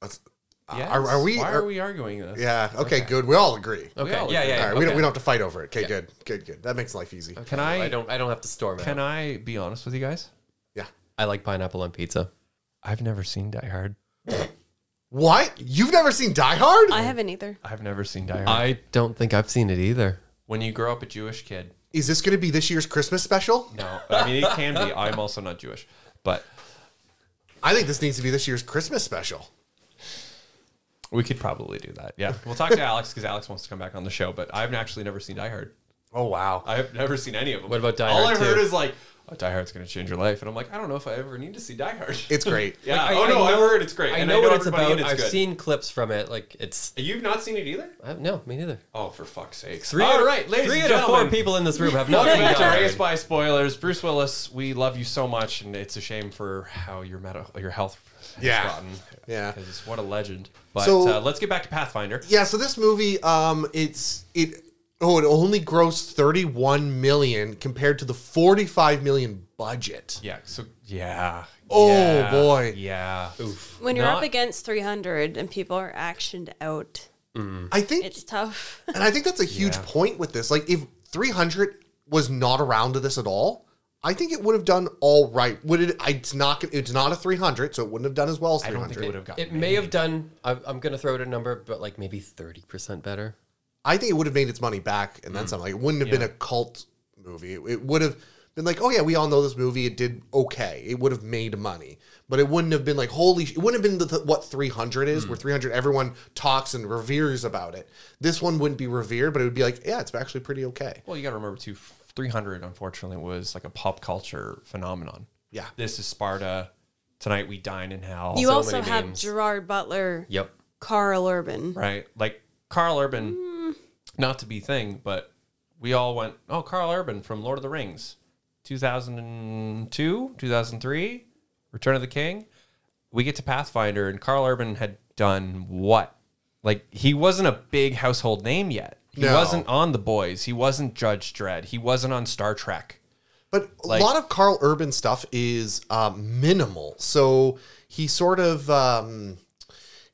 [SPEAKER 3] That's-
[SPEAKER 1] Yes.
[SPEAKER 3] Are- are we-
[SPEAKER 1] Why
[SPEAKER 3] are-
[SPEAKER 1] are we arguing this?
[SPEAKER 3] Yeah. Okay, Good. We all agree.
[SPEAKER 4] Okay.
[SPEAKER 1] all agree.
[SPEAKER 4] yeah, yeah.
[SPEAKER 3] All
[SPEAKER 4] yeah.
[SPEAKER 3] right. We don't.
[SPEAKER 4] okay.
[SPEAKER 3] We don't have to fight over it. Okay. Good. Good. Good. That makes life easy.
[SPEAKER 1] Can I?
[SPEAKER 4] I don't. I don't have to storm it.
[SPEAKER 1] Can
[SPEAKER 4] out.
[SPEAKER 1] I be honest with you guys?
[SPEAKER 3] Yeah.
[SPEAKER 4] I like pineapple on pizza.
[SPEAKER 1] I've never seen Die Hard.
[SPEAKER 3] What? You've never seen Die Hard?
[SPEAKER 2] I haven't either.
[SPEAKER 1] I've never seen Die Hard.
[SPEAKER 4] I don't think I've seen it either.
[SPEAKER 1] when you grow up a Jewish kid,
[SPEAKER 3] Is this going to be this year's Christmas special?
[SPEAKER 1] no, I mean it can be. I'm also not Jewish, but
[SPEAKER 3] I think this needs to be this year's Christmas special.
[SPEAKER 1] we could probably do that. Yeah, we'll talk to Alex because Alex wants to come back on the show. But I've actually never seen Die Hard.
[SPEAKER 3] Oh wow.
[SPEAKER 1] I've never seen any of them.
[SPEAKER 4] What about Die
[SPEAKER 1] All
[SPEAKER 4] Hard
[SPEAKER 1] I heard
[SPEAKER 4] 2?
[SPEAKER 1] is like, oh, Die Hard's going to change your life, and I'm like, I don't know if I ever need to see Die Hard.
[SPEAKER 3] It's great.
[SPEAKER 1] yeah.
[SPEAKER 4] I-
[SPEAKER 1] oh
[SPEAKER 4] I
[SPEAKER 1] no, I've
[SPEAKER 4] know-
[SPEAKER 1] heard it's great.
[SPEAKER 4] I
[SPEAKER 1] and
[SPEAKER 4] know what it's
[SPEAKER 1] everybody,
[SPEAKER 4] about.
[SPEAKER 1] and
[SPEAKER 4] I've
[SPEAKER 1] good.
[SPEAKER 4] seen clips from it. Like it's
[SPEAKER 1] You've not seen it either.
[SPEAKER 4] I, no, me neither.
[SPEAKER 1] Oh, for fuck's sake!
[SPEAKER 4] Three
[SPEAKER 1] All
[SPEAKER 4] out of-
[SPEAKER 1] right, ladies
[SPEAKER 4] three
[SPEAKER 1] and
[SPEAKER 4] out of four
[SPEAKER 1] gentlemen,
[SPEAKER 4] people in this room have not seen
[SPEAKER 1] Welcome
[SPEAKER 4] Die
[SPEAKER 1] back to
[SPEAKER 4] Hard.
[SPEAKER 1] Raised by Spoilers. Bruce Willis, we love you so much, and it's a shame for how your medical, your health has
[SPEAKER 3] Yeah.
[SPEAKER 1] gotten.
[SPEAKER 3] Yeah.
[SPEAKER 1] Because what a legend. But
[SPEAKER 3] So-
[SPEAKER 1] uh, let's get back to Pathfinder.
[SPEAKER 3] Yeah, so this movie, um, it's it oh, it only grossed 31 million compared to the 45 million budget.
[SPEAKER 1] Yeah. So yeah.
[SPEAKER 3] Oh,
[SPEAKER 1] Yeah.
[SPEAKER 3] boy.
[SPEAKER 1] Yeah.
[SPEAKER 2] When you're
[SPEAKER 4] Not-
[SPEAKER 2] up against 300 and people are actioned out,
[SPEAKER 4] Mm.
[SPEAKER 3] I think
[SPEAKER 2] it's tough.
[SPEAKER 3] and I think that's a huge
[SPEAKER 1] Yeah.
[SPEAKER 3] point with this. Like if 300 was not around to this at all, I think it would have done all right. Would it it's not it's not a 300, so it wouldn't have done as well as
[SPEAKER 1] I
[SPEAKER 3] 300.
[SPEAKER 1] don't think it would have gotten.
[SPEAKER 4] It may have done. I, I'm gonna throw out a number, but like maybe thirty percent better.
[SPEAKER 3] I think it would have made its money back and
[SPEAKER 1] Mm.
[SPEAKER 3] then some. Like it wouldn't have been a cult movie. It, it would have been like, oh yeah, we all know this movie. It did okay. It would have made money, but it wouldn't have been like holy. Sh-. It wouldn't have been the, the- what 300 is,
[SPEAKER 1] Mm.
[SPEAKER 3] where 300 everyone talks and reveres about it. This one wouldn't be revered, but it would be like, yeah, it's actually pretty okay.
[SPEAKER 1] Well, you got to remember too. Three hundred, unfortunately, was like a pop culture phenomenon.
[SPEAKER 3] Yeah.
[SPEAKER 1] This is Sparta. Tonight we dine in hell.
[SPEAKER 2] you
[SPEAKER 1] So
[SPEAKER 2] also
[SPEAKER 1] many
[SPEAKER 2] have
[SPEAKER 1] names.
[SPEAKER 2] Gerard Butler,
[SPEAKER 4] Yep.
[SPEAKER 2] Carl Urban.
[SPEAKER 1] right? Like Carl Urban, not to be thing, but we all went, oh, Carl Urban from Lord of the Rings, 2002, 2003, Return of the King. We get to Pathfinder, and Carl Urban had done what? Like, he wasn't a big household name yet. He
[SPEAKER 3] No.
[SPEAKER 1] wasn't on The Boys. He wasn't Judge Dredd. He wasn't on Star Trek.
[SPEAKER 3] But a lot of Carl Urban stuff is um, minimal. So he sort of um,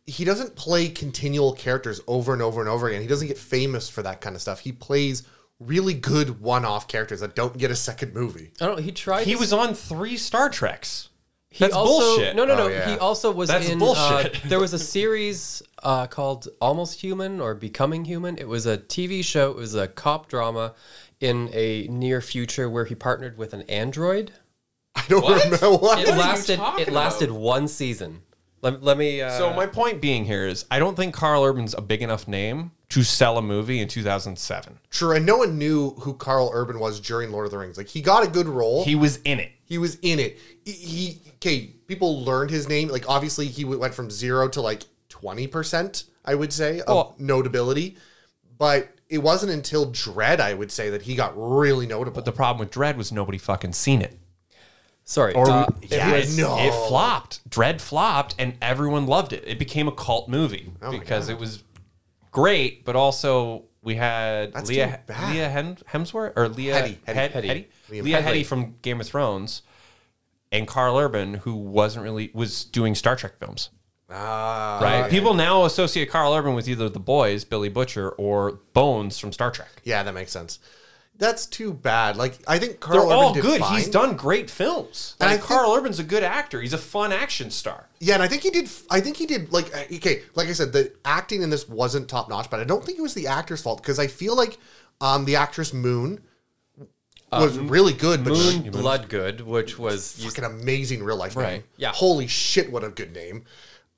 [SPEAKER 3] he doesn't play continual characters over and over and over again. He doesn't get famous for that kind of stuff. He plays really good one-off characters that don't get a second movie.
[SPEAKER 4] I don't. He tried.
[SPEAKER 1] He
[SPEAKER 4] to-
[SPEAKER 1] was on three Star Treks.
[SPEAKER 4] He
[SPEAKER 1] That's
[SPEAKER 4] also,
[SPEAKER 1] bullshit.
[SPEAKER 4] No, no, no.
[SPEAKER 3] Oh, yeah.
[SPEAKER 4] He also was
[SPEAKER 1] That's
[SPEAKER 4] in.
[SPEAKER 1] bullshit.
[SPEAKER 4] uh, there was a series uh, called Almost Human or Becoming Human. It was a TV show. It was a cop drama in a near future where he partnered with an android.
[SPEAKER 3] I don't
[SPEAKER 1] What?
[SPEAKER 3] remember what.
[SPEAKER 4] It
[SPEAKER 1] What are you
[SPEAKER 4] lasted.
[SPEAKER 1] talking
[SPEAKER 4] It lasted one season. Let, let me. Uh,
[SPEAKER 1] So my point being here is, I don't think Carl Urban's a big enough name to sell a movie in 2007.
[SPEAKER 3] True, and no one knew who Carl Urban was during Lord of the Rings. Like he got a good role.
[SPEAKER 1] He was in it.
[SPEAKER 3] He was in it. He- He okay. People learned his name. Like obviously, he w- went from zero to like twenty percent. I would say of
[SPEAKER 1] Oh.
[SPEAKER 3] notability, but it wasn't until Dread, I would say, that he got really notable.
[SPEAKER 1] The problem with Dread was nobody fucking seen it.
[SPEAKER 4] sorry.
[SPEAKER 1] Or
[SPEAKER 4] uh,
[SPEAKER 1] yeah,
[SPEAKER 3] was-
[SPEAKER 1] it,
[SPEAKER 3] no.
[SPEAKER 1] it flopped. Dread flopped, and everyone loved it. It became a cult movie
[SPEAKER 3] Oh
[SPEAKER 1] because it was great, but also we had
[SPEAKER 3] That's
[SPEAKER 1] Leah
[SPEAKER 3] too bad.
[SPEAKER 1] Leah Hem- Hemsworth or Leah
[SPEAKER 3] Headey, Headey,
[SPEAKER 1] Head-
[SPEAKER 4] Headey.
[SPEAKER 1] Headey?
[SPEAKER 3] Liam
[SPEAKER 1] Leah
[SPEAKER 3] Headey.
[SPEAKER 1] Headey from Game of Thrones, and Carl Urban, who wasn't really was doing Star Trek films.
[SPEAKER 3] Ah,
[SPEAKER 1] Right? People now associate Carl Urban with either The Boys, Billy Butcher, or Bones from Star Trek.
[SPEAKER 3] yeah, that makes sense. That's too bad. Like I think Carl
[SPEAKER 1] They're
[SPEAKER 3] Urban
[SPEAKER 1] all
[SPEAKER 3] did
[SPEAKER 1] good.
[SPEAKER 3] fine.
[SPEAKER 1] He's done great films.
[SPEAKER 3] And
[SPEAKER 1] And
[SPEAKER 3] I think-
[SPEAKER 1] Carl Urban's a good actor. He's a fun action star.
[SPEAKER 3] Yeah, and I think he did. I think he did. Like, uh, okay, like I said, the acting in this wasn't top notch, but I don't think it was the actor's fault because I feel like um, the actress Moon
[SPEAKER 1] Um,
[SPEAKER 3] was really good, but
[SPEAKER 4] Moon
[SPEAKER 3] she-
[SPEAKER 4] Bloodgood, which was you
[SPEAKER 3] fucking amazing real life name.
[SPEAKER 1] Right,
[SPEAKER 4] yeah.
[SPEAKER 3] Holy shit, what a good name.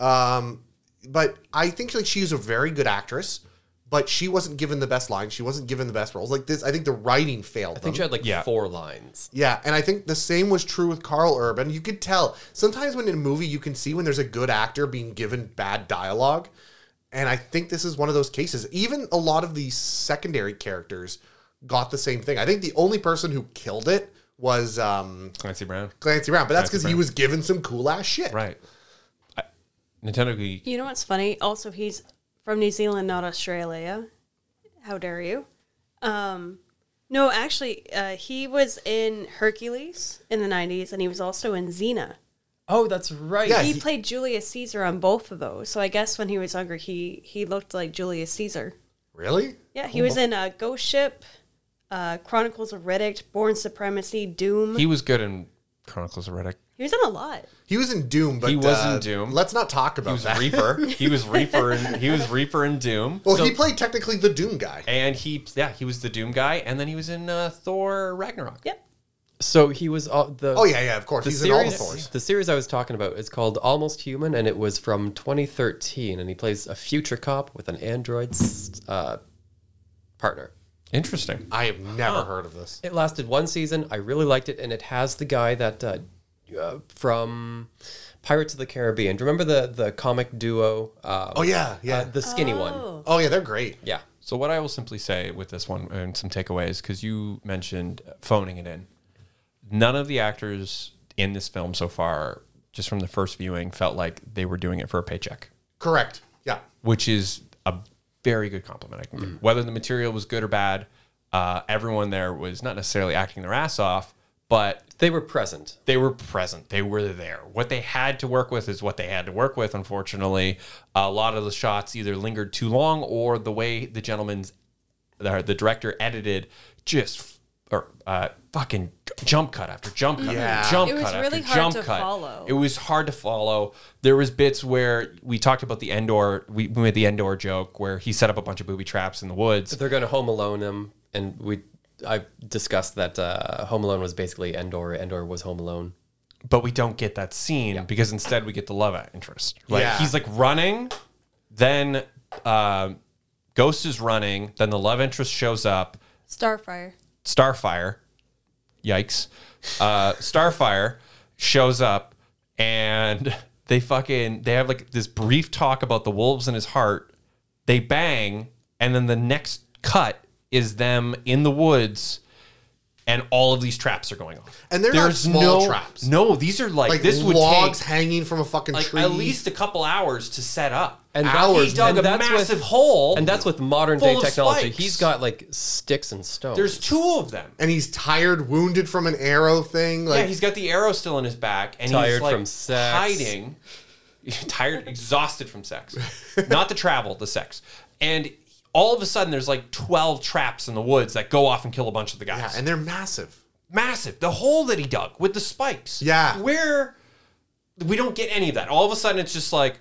[SPEAKER 3] Um, but I think like she's a very good actress, but she wasn't given the best lines. She wasn't given the best roles. Like this, I think the writing failed.
[SPEAKER 4] I think she
[SPEAKER 3] them.
[SPEAKER 4] had like
[SPEAKER 1] Yeah.
[SPEAKER 4] four lines.
[SPEAKER 3] Yeah, and I think the same was true with Carl Urban. You could tell sometimes when in a movie you can see when there's a good actor being given bad dialogue, and I think this is one of those cases. Even a lot of the secondary characters got the same thing. I think the only person who killed it was um,
[SPEAKER 1] Clancy Brown.
[SPEAKER 3] Clancy Brown, but that's
[SPEAKER 1] Clancy
[SPEAKER 3] because he
[SPEAKER 1] Brown.
[SPEAKER 3] was given some cool ass shit.
[SPEAKER 1] Right. I, Nintendo Wii.
[SPEAKER 2] You know what's funny? Also, he's from New Zealand, not Australia. How dare you? Um, no, actually, uh, he was in Hercules in the 90s, and he was also in Xena.
[SPEAKER 4] Oh, that's right.
[SPEAKER 3] Yeah,
[SPEAKER 2] He,
[SPEAKER 3] he-
[SPEAKER 2] played Julius Caesar on both of those. So I guess when he was younger, he, he looked like Julius Caesar.
[SPEAKER 3] Really?
[SPEAKER 2] Yeah, he was in uh, Ghost Ship, uh, Chronicles of Riddick, Born Supremacy, Doom.
[SPEAKER 1] He was good in Chronicles of Riddick.
[SPEAKER 2] He was in a lot.
[SPEAKER 3] He was in Doom, but
[SPEAKER 1] He was
[SPEAKER 3] uh,
[SPEAKER 1] in Doom.
[SPEAKER 3] Let's not talk about
[SPEAKER 1] He was
[SPEAKER 3] that.
[SPEAKER 1] Reaper. He was Reaper, and he was Reaper in Doom.
[SPEAKER 3] well,
[SPEAKER 1] So-
[SPEAKER 3] he played technically the Doom guy.
[SPEAKER 1] and he yeah he was the Doom guy, and then he was in uh, Thor Ragnarok.
[SPEAKER 2] Yep.
[SPEAKER 4] So he was all the.
[SPEAKER 3] Oh yeah, yeah, of course.
[SPEAKER 4] The
[SPEAKER 3] He's in all the
[SPEAKER 4] series,
[SPEAKER 3] Thors.
[SPEAKER 4] the series I was talking about is called Almost Human, and it was from 2013, and he plays a future cop with an android's uh, partner.
[SPEAKER 1] Interesting.
[SPEAKER 3] I have never heard of this.
[SPEAKER 4] It lasted one season. I really liked it, and it has the guy that uh, uh, from Pirates of the Caribbean. Do you remember the the comic duo? Uh,
[SPEAKER 3] Oh yeah, yeah.
[SPEAKER 4] the skinny one.
[SPEAKER 2] Oh.
[SPEAKER 3] oh yeah, they're great.
[SPEAKER 4] Yeah.
[SPEAKER 1] So what I will simply say with this one and some takeaways because you mentioned phoning it in. None of the actors in this film so far, just from the first viewing, felt like they were doing it for a paycheck,
[SPEAKER 3] Correct. Yeah.
[SPEAKER 1] which is a very good compliment I can give. Whether the material was good or bad, uh, everyone there was not necessarily acting their ass off, but
[SPEAKER 4] They were present.
[SPEAKER 1] they were present. They were there. What they had to work with is what they had to work with. Unfortunately, a lot of the shots either lingered too long, or the way the gentleman's, the, the director edited, just f- or uh, fucking jump cut after jump cut,
[SPEAKER 3] Yeah.
[SPEAKER 1] after jump
[SPEAKER 2] It
[SPEAKER 1] cut
[SPEAKER 2] was
[SPEAKER 1] after
[SPEAKER 2] really hard
[SPEAKER 1] jump
[SPEAKER 2] to
[SPEAKER 1] cut.
[SPEAKER 2] follow.
[SPEAKER 1] It was hard to follow. There was bits where we talked about the Endor. We, we made the Endor joke where he set up a bunch of booby traps in the woods.
[SPEAKER 4] They're going to Home Alone him, and we I discussed that uh, Home Alone was basically Endor. Endor was Home Alone.
[SPEAKER 1] but we don't get that scene because instead we get the love interest. Right?
[SPEAKER 3] Yeah.
[SPEAKER 1] He's like running, then um Ghost is running, then the love interest shows up.
[SPEAKER 2] Starfire.
[SPEAKER 1] Starfire, yikes! Uh, Starfire shows up, and they fucking they have like this brief talk about the wolves in his heart. They bang, and then the next cut is them in the woods. And all of these traps are going off.
[SPEAKER 3] And they're not small
[SPEAKER 1] no,
[SPEAKER 3] traps.
[SPEAKER 1] No, these are like,
[SPEAKER 3] Like
[SPEAKER 1] this would take
[SPEAKER 3] logs hanging from a fucking
[SPEAKER 1] like
[SPEAKER 3] tree.
[SPEAKER 1] at least a couple hours to set up.
[SPEAKER 4] And
[SPEAKER 1] he
[SPEAKER 4] hours,
[SPEAKER 1] dug
[SPEAKER 4] and
[SPEAKER 1] a
[SPEAKER 4] that's with-
[SPEAKER 1] massive hole.
[SPEAKER 4] And that's with modern
[SPEAKER 1] Full
[SPEAKER 4] day
[SPEAKER 1] of
[SPEAKER 4] technology.
[SPEAKER 1] spikes.
[SPEAKER 4] He's got like sticks and stones.
[SPEAKER 1] there's two of them.
[SPEAKER 3] and he's tired, wounded from an arrow thing. Like
[SPEAKER 1] yeah, he's got the arrow still in his back, and he's
[SPEAKER 4] Tired
[SPEAKER 1] like
[SPEAKER 4] from sex.
[SPEAKER 1] hiding, tired, exhausted from sex, not the travel, the sex, and all of a sudden there's like twelve traps in the woods that go off and kill a bunch of the guys.
[SPEAKER 3] yeah, and they're massive.
[SPEAKER 1] massive. The hole that he dug with the spikes.
[SPEAKER 3] Yeah.
[SPEAKER 1] Where we don't get any of that. All of a sudden, it's just like,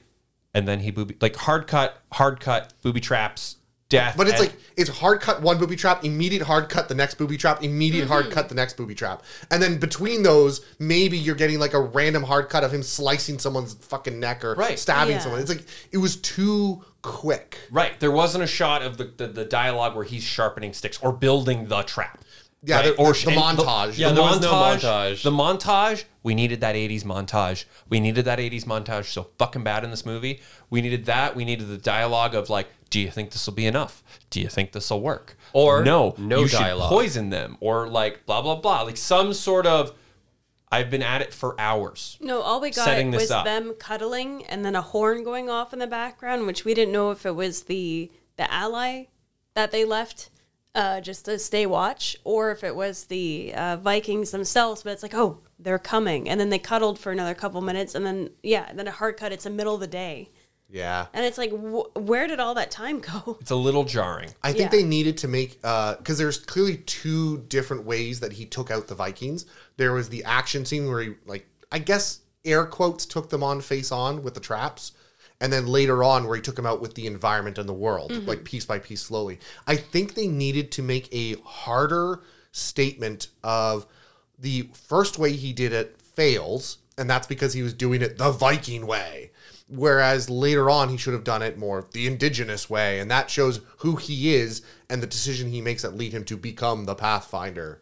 [SPEAKER 1] and then he booby like hard cut, hard cut, booby traps, death.
[SPEAKER 3] But it's
[SPEAKER 1] and-
[SPEAKER 3] like it's hard cut one booby trap, immediate hard cut the next booby trap, immediate hard cut the next booby trap, and then between those, maybe you're getting like a random hard cut of him slicing someone's fucking neck or
[SPEAKER 1] Right.
[SPEAKER 3] stabbing
[SPEAKER 2] Yeah.
[SPEAKER 3] someone. It's like it was too quick.
[SPEAKER 1] right. There wasn't a shot of the, the the dialogue where he's sharpening sticks or building the trap.
[SPEAKER 3] Yeah,
[SPEAKER 1] right?
[SPEAKER 3] the- the- the
[SPEAKER 1] and
[SPEAKER 3] montage.
[SPEAKER 1] The,
[SPEAKER 3] Yeah,
[SPEAKER 1] the
[SPEAKER 4] there
[SPEAKER 1] montage,
[SPEAKER 4] was no montage.
[SPEAKER 1] The montage. We needed that '80s montage. We needed that '80s montage so fucking bad in this movie. We needed that. We needed the dialogue of like, "Do you think this will be enough? Do you think this will work?"
[SPEAKER 4] Or
[SPEAKER 1] no,
[SPEAKER 4] no
[SPEAKER 1] you
[SPEAKER 4] dialogue.
[SPEAKER 1] should poison them, or like blah blah blah, like some sort of. I've been at it for hours.
[SPEAKER 2] No, all we got
[SPEAKER 1] Setting this
[SPEAKER 2] was
[SPEAKER 1] up.
[SPEAKER 2] them cuddling and then a horn going off in the background, which we didn't know if it was the the ally that they left uh, just to stay watch or if it was the uh, Vikings themselves. But it's like, oh, they're coming, and then they cuddled for another couple minutes, and then yeah, and then a hard cut. It's the middle of the day,
[SPEAKER 3] Yeah.
[SPEAKER 2] and it's like, wh- where did all that time go?
[SPEAKER 1] It's a little jarring.
[SPEAKER 3] I think
[SPEAKER 2] Yeah.
[SPEAKER 3] they needed to make because there's clearly two different ways that he took out the Vikings. There was the action scene where he like I guess air quotes took them on face on with the traps, and then later on where he took them out with the environment and the world like piece by piece slowly. I think they needed to make a harder statement of the first way he did it fails, and that's because he was doing it the Viking way. Whereas later on, he should have done it more the indigenous way, and that shows who he is and the decision he makes that lead him to become the Pathfinder.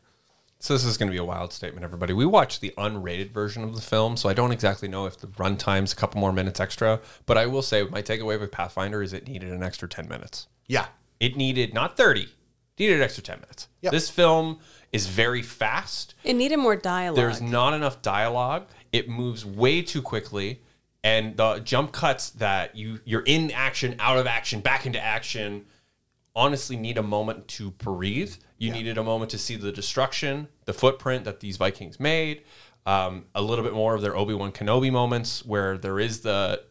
[SPEAKER 1] So this is going to be a wild statement, everybody. We watched the unrated version of the film, so I don't exactly know if the runtime's a couple more minutes extra. But I will say my takeaway with Pathfinder is it needed an extra ten minutes.
[SPEAKER 3] Yeah,
[SPEAKER 1] It needed not thirty, it needed an extra ten minutes.
[SPEAKER 3] Yep.
[SPEAKER 1] This film is very fast.
[SPEAKER 2] It needed more dialogue.
[SPEAKER 1] There's not enough dialogue. It moves way too quickly, and the jump cuts that you you're in action, out of action, back into action. Honestly, need a moment to breathe. You needed a moment to see the destruction, the footprint that these Vikings made. Um, a little bit more of their Obi Wan Kenobi moments, where there is the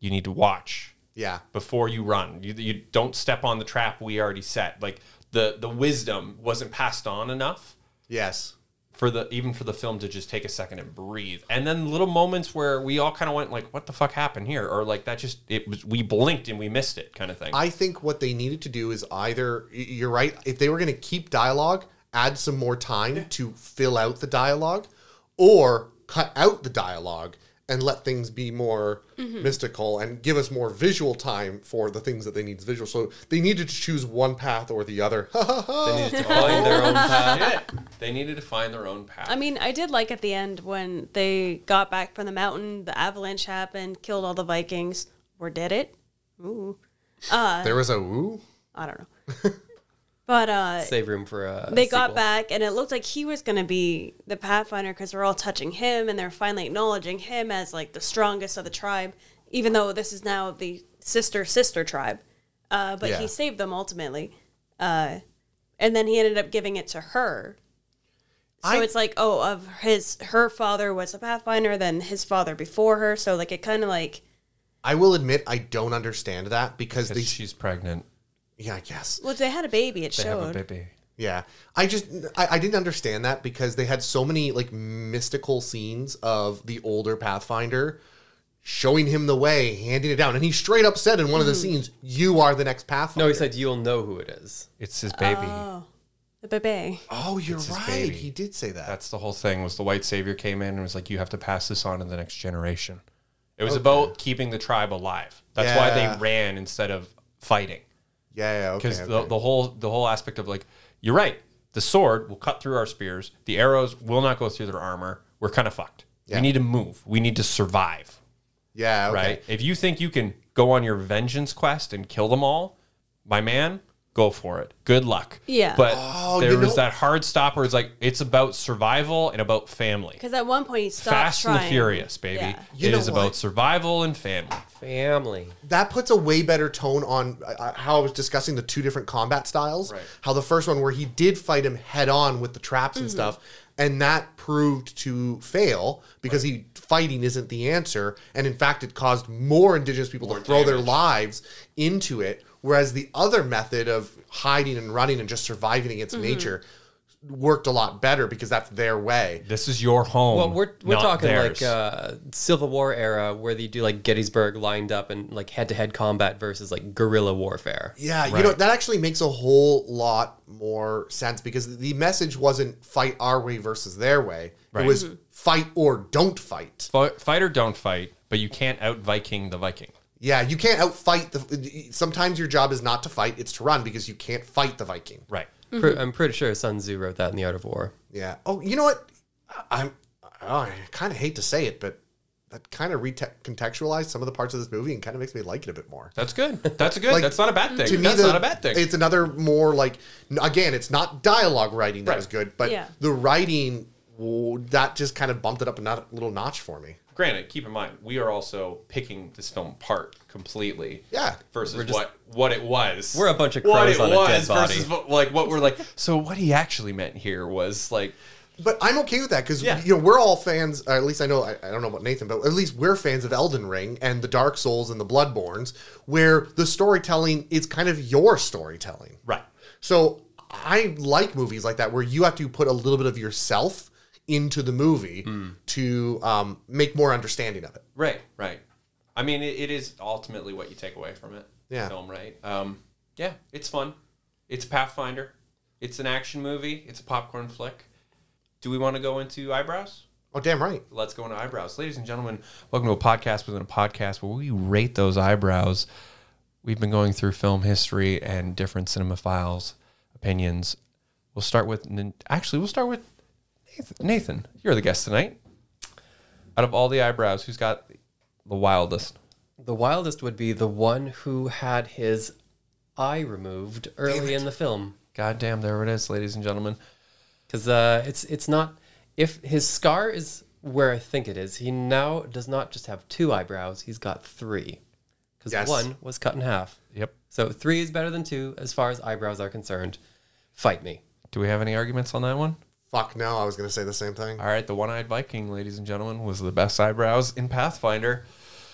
[SPEAKER 1] you need to watch
[SPEAKER 3] yeah,
[SPEAKER 1] before you run. You, you don't step on the trap we already set. Like the the wisdom wasn't passed on enough
[SPEAKER 3] yes,
[SPEAKER 1] for the even for the film to just take a second and breathe. And then little moments where we all kind of went like, "What the fuck happened here?" Or like that just it was we blinked and we missed it kind of thing.
[SPEAKER 3] I think what they needed to do is either y- you're right, if they were going to keep dialogue, add some more time to fill out the dialogue, or cut out the dialogue and let things be more mystical and give us more visual time for the things that they need visual. So they needed to choose one path or the other.
[SPEAKER 1] they needed to find their own path. They needed to find their own path.
[SPEAKER 2] I mean, I did like at the end when they got back from the mountain, the avalanche happened, killed all the Vikings, or did it? Ooh,
[SPEAKER 3] there was a woo.
[SPEAKER 2] I don't know. but uh,
[SPEAKER 4] Save room for a.
[SPEAKER 2] they got
[SPEAKER 4] sequel.
[SPEAKER 2] back, and it looked like he was going to be the Pathfinder because they're all touching him, and they're finally acknowledging him as like the strongest of the tribe, even though this is now the sister sister tribe. Uh, but
[SPEAKER 3] Yeah.
[SPEAKER 2] he saved them ultimately, uh, and then he ended up giving it to her. So
[SPEAKER 3] I-
[SPEAKER 2] it's like, oh, of his her father was a Pathfinder, then his father before her. So like it kind of like
[SPEAKER 3] I will admit I don't understand that because they.
[SPEAKER 1] Because she's pregnant.
[SPEAKER 3] yeah, I guess.
[SPEAKER 2] well, they had a baby. It
[SPEAKER 1] They have a
[SPEAKER 2] showed.
[SPEAKER 1] baby.
[SPEAKER 3] Yeah, I just I, I didn't understand that because they had so many like mystical scenes of the older Pathfinder showing him the way, handing it down, and he straight up said in one of the scenes, "You are the next Pathfinder."
[SPEAKER 4] No, he said you'll know who it is.
[SPEAKER 1] It's his baby.
[SPEAKER 2] The baby.
[SPEAKER 3] "Oh, you're
[SPEAKER 1] his
[SPEAKER 3] right.
[SPEAKER 1] baby.
[SPEAKER 3] He did say that."
[SPEAKER 1] That's the whole thing. Was the white savior came in and was like, "You have to pass this on to the next generation." It was about keeping the tribe alive. That's why
[SPEAKER 3] Yeah.
[SPEAKER 1] they ran instead of fighting.
[SPEAKER 3] yeah, yeah, okay.
[SPEAKER 1] because
[SPEAKER 3] okay.
[SPEAKER 1] the, the whole the whole aspect of like you're right the sword will cut through our spears the arrows will not go through their armor we're kind of fucked
[SPEAKER 3] Yeah.
[SPEAKER 1] we need to move we need to survive
[SPEAKER 3] yeah, okay.
[SPEAKER 1] right if you think you can go on your vengeance quest and kill them all my man go for it good luck
[SPEAKER 2] Yeah.
[SPEAKER 1] but
[SPEAKER 3] Oh,
[SPEAKER 1] there
[SPEAKER 3] you
[SPEAKER 1] was
[SPEAKER 3] know-
[SPEAKER 1] that hard stop where it's like it's about survival and about family
[SPEAKER 2] Because at one point he stopped
[SPEAKER 1] fast
[SPEAKER 2] trying.
[SPEAKER 1] and the furious baby
[SPEAKER 2] Yeah.
[SPEAKER 1] It
[SPEAKER 3] You
[SPEAKER 1] is
[SPEAKER 3] know
[SPEAKER 1] about
[SPEAKER 3] what?
[SPEAKER 1] survival and family
[SPEAKER 4] Family.
[SPEAKER 3] that puts a way better tone on uh, how I was discussing the two different combat styles.
[SPEAKER 1] Right.
[SPEAKER 3] How the first one, where he did fight him head on with the traps and stuff, and that proved to fail because he fighting isn't the answer, and in fact, it caused more indigenous people to throw their lives into it. Whereas the other method of hiding and running and just surviving against nature worked a lot better because that's their way.
[SPEAKER 1] this is your home
[SPEAKER 4] Well, we're we're
[SPEAKER 1] Mm. not
[SPEAKER 4] talking
[SPEAKER 1] theirs.
[SPEAKER 4] like uh, Civil War era where you do like Gettysburg lined up and like head to head combat versus like guerrilla warfare.
[SPEAKER 3] Yeah, you know
[SPEAKER 1] Right.
[SPEAKER 3] that actually makes a whole lot more sense because the message wasn't fight our way versus their way.
[SPEAKER 1] Right.
[SPEAKER 3] It was fight or don't fight.
[SPEAKER 1] Fi- fight or don't fight, but you can't out Viking the Viking.
[SPEAKER 3] Yeah, you can't outfight the. Sometimes your job is not to fight; it's to run because you can't fight the Viking.
[SPEAKER 1] Right.
[SPEAKER 4] Pre- I'm pretty sure Sun Tzu wrote that in The Art of War.
[SPEAKER 3] Yeah. Oh, you know what? I- I'm. Oh, I kind of hate to say it, but that kind of recontextualized some of the parts of this movie and kind of makes me like it a bit more.
[SPEAKER 1] That's good. That's a good.
[SPEAKER 3] Like,
[SPEAKER 1] that's not a bad thing. That's
[SPEAKER 3] the-
[SPEAKER 1] not a bad thing.
[SPEAKER 3] It's another more like n- again, it's not dialogue writing that
[SPEAKER 1] Right.
[SPEAKER 3] was good, but
[SPEAKER 2] Yeah.
[SPEAKER 3] the writing w- that just kind of bumped it up a not- little notch for me.
[SPEAKER 1] Granted, keep in mind we are also picking this film apart completely.
[SPEAKER 3] Yeah.
[SPEAKER 1] Versus
[SPEAKER 4] just-
[SPEAKER 1] what what it was.
[SPEAKER 4] We're a bunch of
[SPEAKER 1] what
[SPEAKER 4] crows
[SPEAKER 1] it
[SPEAKER 4] on a
[SPEAKER 1] was
[SPEAKER 4] dead body.
[SPEAKER 1] versus what, like what we're like. So what he actually meant here was like
[SPEAKER 3] But I'm okay with that because
[SPEAKER 1] Yeah.
[SPEAKER 3] you know we're all fans. Or at least I know I, I don't know about Nathan, but at least we're fans of Elden Ring and the Dark Souls and the Bloodborns, where the storytelling is kind of your storytelling.
[SPEAKER 1] right.
[SPEAKER 3] So I like movies like that where you have to put a little bit of yourself into the movie
[SPEAKER 1] Hmm.
[SPEAKER 3] to um, make more understanding of it.
[SPEAKER 1] Right, right. I mean, it, it is ultimately what you take away from it.
[SPEAKER 3] Yeah.
[SPEAKER 1] Film, right? Um, yeah, it's fun. It's Pathfinder. It's an action movie. It's a popcorn flick. Do we want to go into eyebrows?
[SPEAKER 3] Oh, damn right.
[SPEAKER 1] Let's go into eyebrows. Ladies and gentlemen, welcome to a podcast within a podcast where we rate those eyebrows. We've been going through film history and different cinemaphiles' opinions. We'll start with, Nin- actually, we'll start with Nathan. Nathan, you're the guest tonight. Out of all the eyebrows, who's got the wildest?
[SPEAKER 4] The wildest would be the one who had his eye removed early in the film.
[SPEAKER 1] God damn, there it is, ladies and gentlemen.
[SPEAKER 4] because uh, it's it's not if his scar is where I think it is. He now does not just have two eyebrows; he's got three, because
[SPEAKER 3] Yes.
[SPEAKER 4] one was cut in half.
[SPEAKER 1] Yep.
[SPEAKER 4] So three is better than two as far as eyebrows are concerned. Fight me.
[SPEAKER 1] Do we have any arguments on that one?
[SPEAKER 3] Fuck no, I was gonna say the same thing.
[SPEAKER 1] All right, the one eyed Viking, ladies and gentlemen, was the best eyebrows in Pathfinder.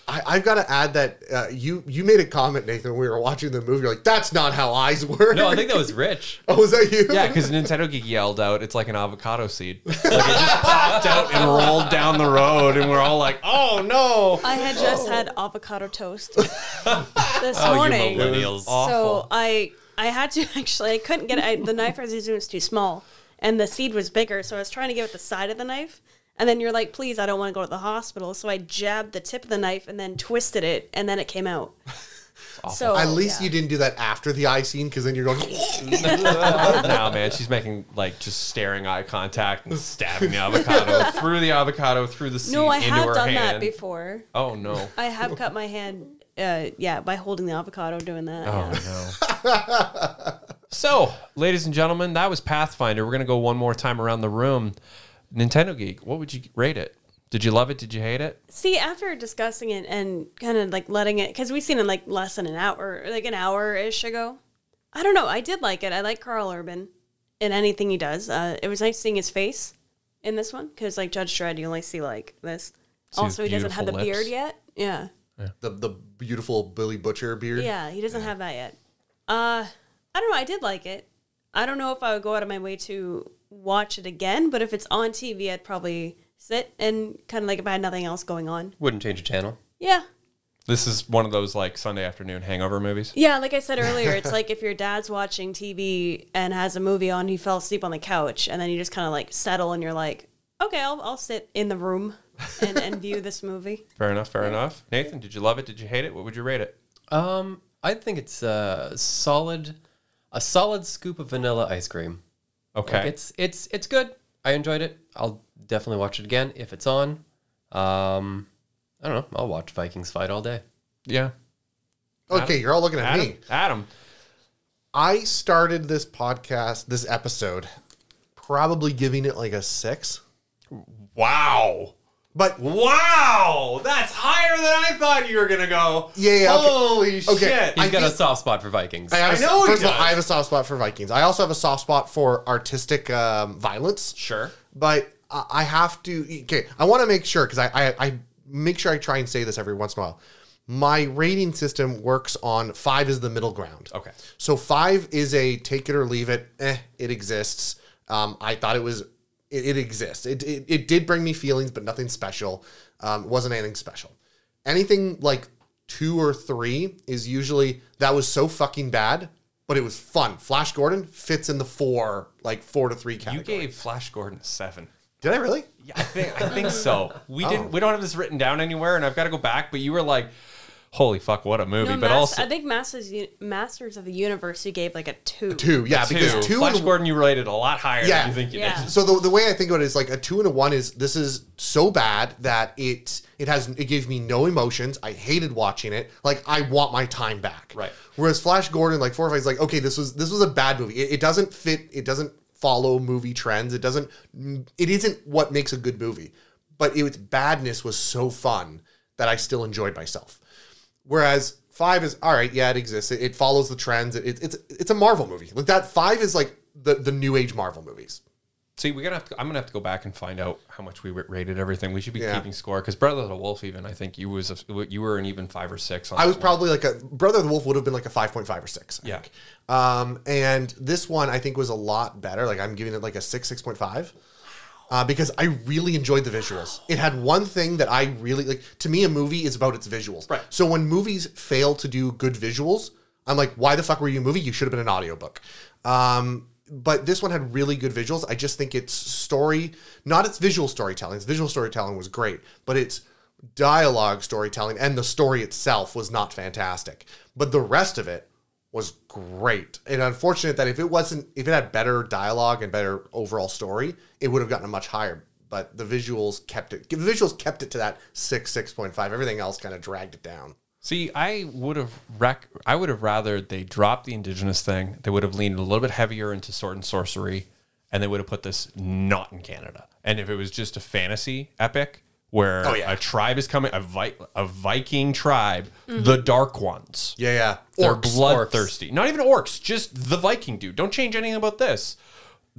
[SPEAKER 3] I, I've got to add that uh, you you made a comment, Nathan, when we were watching the movie. You're like, "That's not how eyes work."
[SPEAKER 4] No, I think that was Rich.
[SPEAKER 3] oh, was that you?
[SPEAKER 1] Yeah, because Nintendo Geek yelled out, "It's like an avocado seed." Like it just popped out and rolled down the road, and we're all like, "Oh no!"
[SPEAKER 2] I had just had
[SPEAKER 3] Oh.
[SPEAKER 2] avocado toast this morning.
[SPEAKER 4] millennials.
[SPEAKER 2] So I I had to actually I couldn't get it. I, the knife I was using was too small and the seed was bigger, so I was trying to get with the side of the knife. And then you're like, please, I don't want to go to the hospital. So I jabbed the tip of the knife and then twisted it, and then it came out. So
[SPEAKER 3] At least
[SPEAKER 2] Oh, yeah.
[SPEAKER 3] you didn't do that after the eye scene, because then you're going.
[SPEAKER 2] uh,
[SPEAKER 1] no, man, she's making like just staring eye contact and stabbing the avocado through the avocado through the seed
[SPEAKER 2] No, I
[SPEAKER 1] into
[SPEAKER 2] have
[SPEAKER 1] her
[SPEAKER 2] done
[SPEAKER 1] hand.
[SPEAKER 2] that before.
[SPEAKER 1] Oh no!
[SPEAKER 2] I have cut my hand, uh, yeah, by holding the avocado doing that. yeah.
[SPEAKER 1] Oh no! so, ladies and gentlemen, that was Pathfinder. We're gonna go one more time around the room. Nintendo Geek, what would you rate it? Did you love it? Did you hate it?
[SPEAKER 2] See, after discussing it and kind of like letting it, because we've seen it like less than an hour, like an hour ish ago. I don't know. I did like it. I like Carl Urban in anything he does. Uh, it was nice seeing his face in this one because, like Judge Dredd, you only see like this.
[SPEAKER 1] his
[SPEAKER 2] also, he doesn't have the
[SPEAKER 1] beautiful
[SPEAKER 2] beard
[SPEAKER 1] lips.
[SPEAKER 2] yet. Yeah.
[SPEAKER 3] the the beautiful Billy Butcher beard.
[SPEAKER 2] Yeah, he doesn't have that yet. Uh, I don't know. I did like it. I don't know if I would go out of my way to watch it again, but if it's on TV, I'd probably sit and kind of like if I had nothing else going on.
[SPEAKER 4] Wouldn't change a channel.
[SPEAKER 2] Yeah.
[SPEAKER 1] This is one of those like Sunday afternoon hangover movies.
[SPEAKER 2] Yeah, like I said earlier, it's like if your dad's watching TV and has a movie on, he fell asleep on the couch, and then you just kind of like settle and you're like, okay, I'll, I'll sit in the room and, and view this movie.
[SPEAKER 1] Fair enough. Fair enough. Nathan, did you love it? Did you hate it? What would you rate it?
[SPEAKER 4] Um, I think it's a solid, a solid scoop of vanilla ice cream.
[SPEAKER 1] Okay.
[SPEAKER 4] It's it's it's good. I enjoyed it. I'll definitely watch it again if it's on. Um, I don't know. I'll watch Vikings fight all day.
[SPEAKER 1] yeah.
[SPEAKER 3] Okay, you're all looking at
[SPEAKER 1] Adam.
[SPEAKER 3] me.
[SPEAKER 1] Adam.
[SPEAKER 3] I started this podcast, this episode, probably giving it like a six.
[SPEAKER 1] Wow.
[SPEAKER 3] But
[SPEAKER 1] Wow. That's higher than I thought you were gonna go.
[SPEAKER 3] Yeah, yeah, okay.
[SPEAKER 1] Holy
[SPEAKER 3] Okay.
[SPEAKER 1] shit.
[SPEAKER 4] He's
[SPEAKER 3] I
[SPEAKER 4] got
[SPEAKER 3] think-
[SPEAKER 4] a soft spot for Vikings.
[SPEAKER 3] I, have
[SPEAKER 1] I
[SPEAKER 3] a-
[SPEAKER 1] know he
[SPEAKER 3] first of all,
[SPEAKER 1] does.
[SPEAKER 3] I have a soft spot for Vikings. I also have a soft spot for artistic um, violence.
[SPEAKER 1] sure.
[SPEAKER 3] but I I have to. Okay, I want to make sure because I, I I make sure I try and say this every once in a while. My rating system works on five is the middle ground.
[SPEAKER 1] Okay.
[SPEAKER 3] so five is a take it or leave it. Eh, it exists. Um, I thought it was it, it exists. It, it it did bring me feelings, but nothing special. Um, it wasn't anything special. Anything like two or three is usually that was so fucking bad, but it was fun. Flash Gordon fits in the four like four to three
[SPEAKER 1] You
[SPEAKER 3] category.
[SPEAKER 1] gave Flash Gordon a seven.
[SPEAKER 3] did I really?
[SPEAKER 1] Yeah, I think I think so. Oh. We didn't. We don't have this written down anywhere, and I've got to go back. But you were like, "Holy fuck, what a movie!"
[SPEAKER 2] No,
[SPEAKER 1] but
[SPEAKER 2] Mas-
[SPEAKER 1] also
[SPEAKER 2] I think Masters U- Masters of the Universe, you gave like a two.
[SPEAKER 3] two, yeah, because two.
[SPEAKER 1] Flash
[SPEAKER 3] and,
[SPEAKER 1] Gordon, you rated a lot higher
[SPEAKER 3] Yeah.
[SPEAKER 1] than you think you
[SPEAKER 2] Yeah.
[SPEAKER 1] did.
[SPEAKER 3] So the, the way I think of it is like a two and a one is this is so bad that it it has it gave me no emotions. I hated watching it. Like I want my time back.
[SPEAKER 1] Right.
[SPEAKER 3] Whereas Flash Gordon, like four or five, is like okay, this was this was a bad movie. It, it doesn't fit. It doesn't follow movie trends. It doesn't. It isn't what makes a good movie. But its badness was so fun that I still enjoyed myself. Whereas five is all right, yeah, it exists. It, it follows the trends. It, it's it's a Marvel movie. Like that five is like the the new age Marvel movies.
[SPEAKER 1] See, we're gonna have to. I'm gonna have to go back and find out how much we ra- rated everything. We should be
[SPEAKER 3] Yeah.
[SPEAKER 1] keeping score because Brother of the Wolf, even I think you was a, you were an even five or six. On
[SPEAKER 3] I
[SPEAKER 1] that
[SPEAKER 3] was
[SPEAKER 1] one.
[SPEAKER 3] probably like a Brother of the Wolf would have been like a five point five or six. I
[SPEAKER 1] Yeah.
[SPEAKER 3] think. Um, and this one I think was a lot better. Like I'm giving it like a six six point five. Uh, because I really enjoyed the visuals. It had one thing that I really like. To me, a movie is about its visuals.
[SPEAKER 1] Right.
[SPEAKER 3] So when movies fail to do good visuals, I'm like, why the fuck were you a movie? You should have been an audiobook. Um, but this one had really good visuals. I just think its story, not its visual storytelling, its visual storytelling was great, but its dialogue storytelling and the story itself was not fantastic. But the rest of it was great. And unfortunate that if it wasn't, if it had better dialogue and better overall story, it would have gotten a much higher. But the visuals kept it. The visuals kept it to that six, six point five. Everything else kind of dragged it down.
[SPEAKER 1] See, I would have rec- I would have rather they dropped the indigenous thing. They would have leaned a little bit heavier into sword and sorcery, and they would have put this not in Canada. And if it was just a fantasy epic where
[SPEAKER 3] Oh, yeah.
[SPEAKER 1] a tribe is coming, a, vi- a Viking tribe, the Dark Ones,
[SPEAKER 3] Yeah, yeah.
[SPEAKER 1] they're
[SPEAKER 3] Orcs.
[SPEAKER 1] bloodthirsty. Not even orcs, just the Viking dude. Don't change anything about this.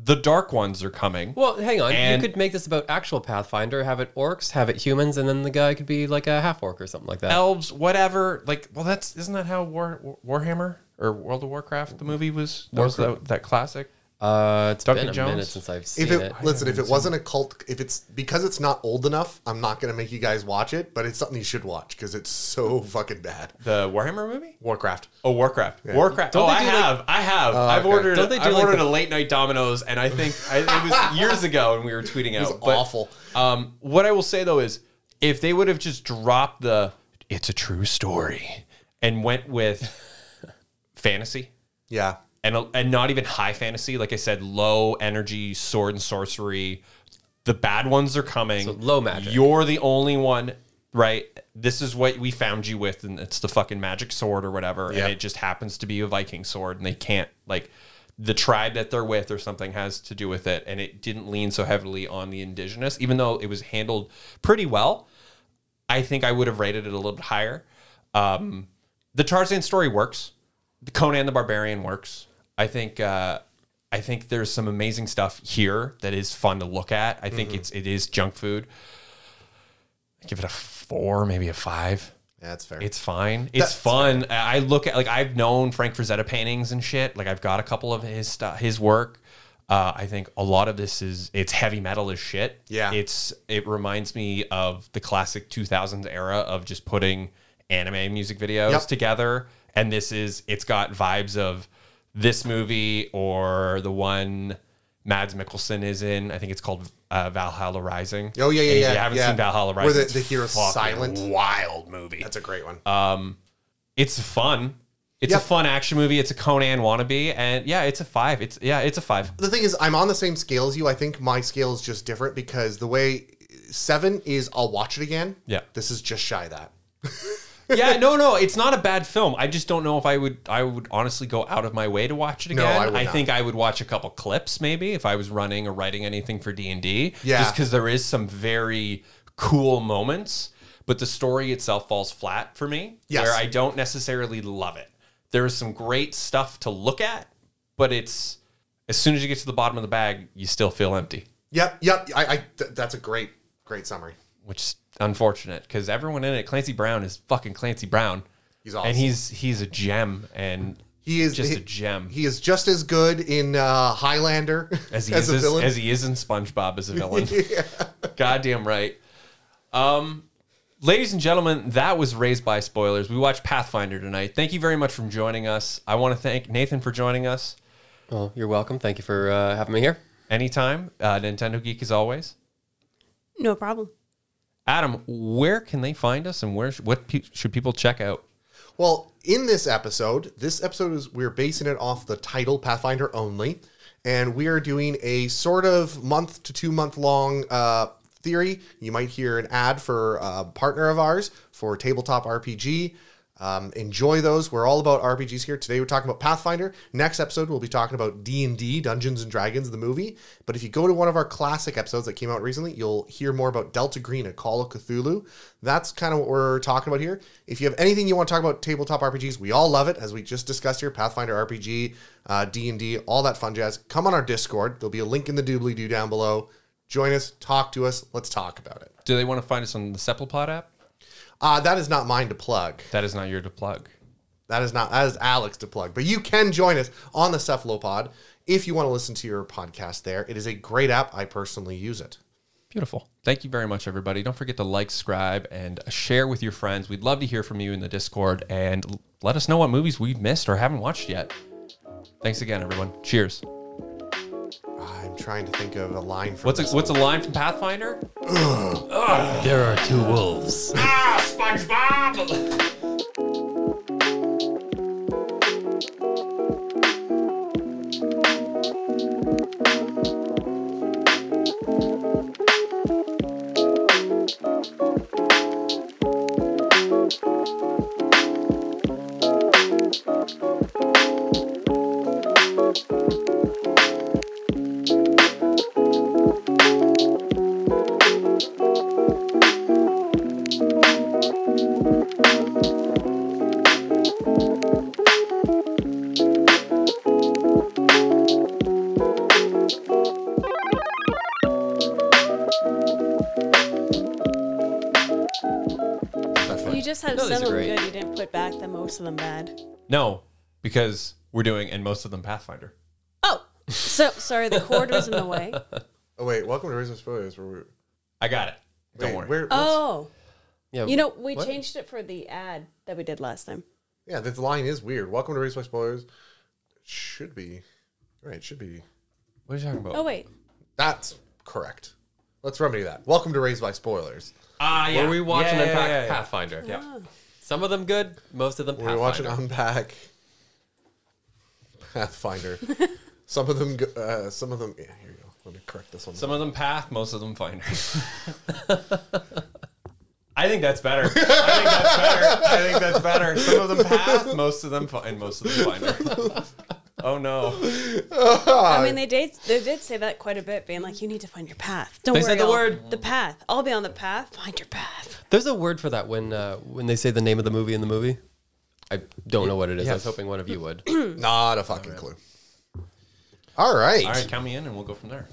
[SPEAKER 1] the Dark Ones are coming.
[SPEAKER 4] Well, hang on.
[SPEAKER 1] And-
[SPEAKER 4] you could make this about actual Pathfinder, have it orcs, have it humans, and then the guy could be like a half orc or something like that.
[SPEAKER 1] elves, whatever. Like, well, that's isn't that how War, Warhammer or World of Warcraft the movie was? That was that, that classic?
[SPEAKER 4] Uh, it's
[SPEAKER 1] Duncan
[SPEAKER 4] been a
[SPEAKER 1] Jones?
[SPEAKER 4] minute since I've seen
[SPEAKER 3] If it,
[SPEAKER 4] it.
[SPEAKER 3] listen, if it wasn't a cult, if it's because it's not old enough, I'm not gonna make you guys watch it. But it's something you should watch because it's so fucking bad.
[SPEAKER 1] The Warhammer movie?
[SPEAKER 3] Warcraft.
[SPEAKER 1] Oh, Warcraft. Warcraft.
[SPEAKER 4] Don't
[SPEAKER 1] oh, I
[SPEAKER 4] they do, like-
[SPEAKER 1] have, I
[SPEAKER 3] Oh,
[SPEAKER 1] have. I've ordered.
[SPEAKER 4] Don't they do,
[SPEAKER 1] I've
[SPEAKER 4] like,
[SPEAKER 1] ordered
[SPEAKER 4] the-
[SPEAKER 1] a late night Domino's, and I think I, it was years ago, and we were tweeting out.
[SPEAKER 3] was awful.
[SPEAKER 1] Um, what I will say though is, if they would have just dropped the "it's a true story" and went with fantasy,
[SPEAKER 3] Yeah.
[SPEAKER 1] and and not even high fantasy. Like I said, low energy sword and sorcery. The bad ones are coming.
[SPEAKER 4] So low magic.
[SPEAKER 1] You're the only one, right? This is what we found you with, and it's the fucking magic sword or whatever.
[SPEAKER 3] Yeah.
[SPEAKER 1] And it just happens to be a Viking sword, and they can't like the tribe that they're with or something has to do with it. And it didn't lean so heavily on the indigenous, even though it was handled pretty well. I think I would have rated it a little bit higher. Um, the Tarzan story works. The Conan the Barbarian works. I think uh, I think there's some amazing stuff here that is fun to look at. I think it's it is junk food. I give it a four, maybe a five.
[SPEAKER 3] That's fair.
[SPEAKER 1] It's fine. It's fun. I I look at like I've known Frank Frazetta paintings and shit. Like I've got a couple of his stuff, his work. Uh, I think a lot of this is it's heavy metal as shit.
[SPEAKER 3] Yeah.
[SPEAKER 1] it's it reminds me of the classic 2000s era of just putting anime music videos
[SPEAKER 3] Yep.
[SPEAKER 1] together. And this is it's got vibes of this movie or the one Mads Mikkelsen is in. I think it's called uh, Valhalla Rising.
[SPEAKER 3] Oh, yeah, yeah,
[SPEAKER 1] And If
[SPEAKER 3] yeah,
[SPEAKER 1] you haven't
[SPEAKER 3] yeah.
[SPEAKER 1] seen Valhalla
[SPEAKER 3] Where
[SPEAKER 1] Rising,
[SPEAKER 3] the-
[SPEAKER 1] it's
[SPEAKER 3] the hero's
[SPEAKER 1] fucking
[SPEAKER 3] silent.
[SPEAKER 1] wild movie
[SPEAKER 3] That's a great one.
[SPEAKER 1] it's fun. It's
[SPEAKER 3] Yep.
[SPEAKER 1] a fun action movie. It's a Conan wannabe, and yeah, it's a five. It's yeah, it's a five.
[SPEAKER 3] the thing is, I'm on the same scale as you. I think my scale is just different because the way seven is, I'll watch it again.
[SPEAKER 1] Yeah.
[SPEAKER 3] This is just shy of that.
[SPEAKER 1] yeah, no, no, it's not a bad film. I just don't know if I would. I would honestly go out of my way to watch it again.
[SPEAKER 3] I would not.
[SPEAKER 1] think I would watch a couple clips maybe if I was running or writing anything for D and D.
[SPEAKER 3] Yeah.
[SPEAKER 1] just because there is some very cool moments, but the story itself falls flat for me.
[SPEAKER 3] Yes.
[SPEAKER 1] where I don't necessarily love it. There is some great stuff to look at, but it's as soon as you get to the bottom of the bag, you still feel empty.
[SPEAKER 3] Yep. Yep. I, I th- that's a great, great summary.
[SPEAKER 1] which is unfortunate because everyone in it, Clancy Brown is fucking Clancy Brown.
[SPEAKER 3] He's awesome.
[SPEAKER 1] And he's he's a gem and
[SPEAKER 3] He is
[SPEAKER 1] just
[SPEAKER 3] he,
[SPEAKER 1] a gem
[SPEAKER 3] He is just as good in uh, Highlander
[SPEAKER 1] as
[SPEAKER 3] as,
[SPEAKER 1] he
[SPEAKER 3] a
[SPEAKER 1] is
[SPEAKER 3] villain.
[SPEAKER 1] as he is in SpongeBob as a villain. Goddamn right. Um, ladies and gentlemen, that was raised by spoilers. We watched Pathfinder tonight. Thank you very much for joining us. I want to thank Nathan for joining us
[SPEAKER 4] Well, you're welcome. Thank you for uh, having me here.
[SPEAKER 1] anytime. Uh, Nintendo Geek as always.
[SPEAKER 2] No problem.
[SPEAKER 1] Adam, where can they find us and where sh- what pe- should people check out?
[SPEAKER 3] Well, in this episode, this episode is we're basing it off the title Pathfinder only, and we are doing a sort of month to two month long uh, theory. You might hear an ad for a partner of ours for tabletop RPG. Um, enjoy those. We're all about RPGs here. Today we're talking about Pathfinder. Next episode we'll be talking about D and D, Dungeons and Dragons, the movie. But if you go to one of our classic episodes that came out recently, you'll hear more about Delta Green, A Call of Cthulhu. That's kind of what we're talking about here. If you have anything you want to talk about tabletop RPGs, we all love it, as we just discussed here. Pathfinder RPG, uh, D and D, all that fun jazz. Come on our Discord. There'll be a link in the doobly doo down below. Join us, talk to us. Let's talk about it.
[SPEAKER 1] Do they want to find us on the Sepulpod app?
[SPEAKER 3] Uh, that is not mine to plug.
[SPEAKER 1] That is not your to plug.
[SPEAKER 3] That is not that is Alex to plug, but you can join us on the Cephalopod if you want to listen to your podcast there. It is a great app. I personally use it.
[SPEAKER 1] Beautiful. Thank you very much, everybody. Don't forget to like, subscribe, and share with your friends. We'd love to hear from you in the Discord and l- let us know what movies we've missed or haven't watched yet. Thanks again, everyone. Cheers.
[SPEAKER 3] I'm trying to think of a line for
[SPEAKER 1] What's a, what's a line from Pathfinder?
[SPEAKER 4] There are two wolves.
[SPEAKER 2] just had
[SPEAKER 4] No, these
[SPEAKER 2] some of
[SPEAKER 4] are
[SPEAKER 2] them
[SPEAKER 4] great.
[SPEAKER 2] good. You didn't put back the most of them bad.
[SPEAKER 1] No, because we're doing and most of them Pathfinder.
[SPEAKER 2] Oh, so sorry. The cord was in the way.
[SPEAKER 3] Oh wait, welcome to Raising Spoilers. Where we
[SPEAKER 1] I got it. Don't
[SPEAKER 3] wait,
[SPEAKER 1] worry.
[SPEAKER 3] where? what's-
[SPEAKER 2] Oh,
[SPEAKER 4] Yeah,
[SPEAKER 2] you know we
[SPEAKER 4] What?
[SPEAKER 2] changed it for the ad that we did last time.
[SPEAKER 3] Yeah, this line is weird. Welcome to Raised by Spoilers. Should be. Right, it should be.
[SPEAKER 1] what are you talking about?
[SPEAKER 2] Oh wait,
[SPEAKER 3] That's correct. Let's remedy that. Welcome to Raised by Spoilers.
[SPEAKER 1] Ah, yeah.
[SPEAKER 4] where we watch
[SPEAKER 1] Yeah,
[SPEAKER 4] and
[SPEAKER 1] yeah,
[SPEAKER 4] unpack
[SPEAKER 1] yeah, yeah.
[SPEAKER 4] Pathfinder.
[SPEAKER 1] Yeah.
[SPEAKER 4] Some of them good, most of them
[SPEAKER 3] We're watching
[SPEAKER 4] Pathfinder.
[SPEAKER 3] Unpack Pathfinder. some of them, go- uh, some of them. Yeah, here you go. Let me correct this one.
[SPEAKER 1] Some of them path, most of them finders. I think that's better. I think that's better. I think that's better. Some of them path, most of them fi- and most of them finder. Oh no!
[SPEAKER 2] I mean they did they did say that quite a bit, being like you need to find your path. Don't
[SPEAKER 4] They
[SPEAKER 2] worry,
[SPEAKER 4] said the
[SPEAKER 2] I'll-
[SPEAKER 4] word.
[SPEAKER 2] the path. I'll be on the path. Find your path.
[SPEAKER 4] There's a word for that when uh, when they say the name of the movie in the movie. I don't know what it is. I was
[SPEAKER 1] Yes.
[SPEAKER 4] hoping one of you would.
[SPEAKER 3] Not a fucking clue. All right.
[SPEAKER 1] All right, count me in, and we'll go from there.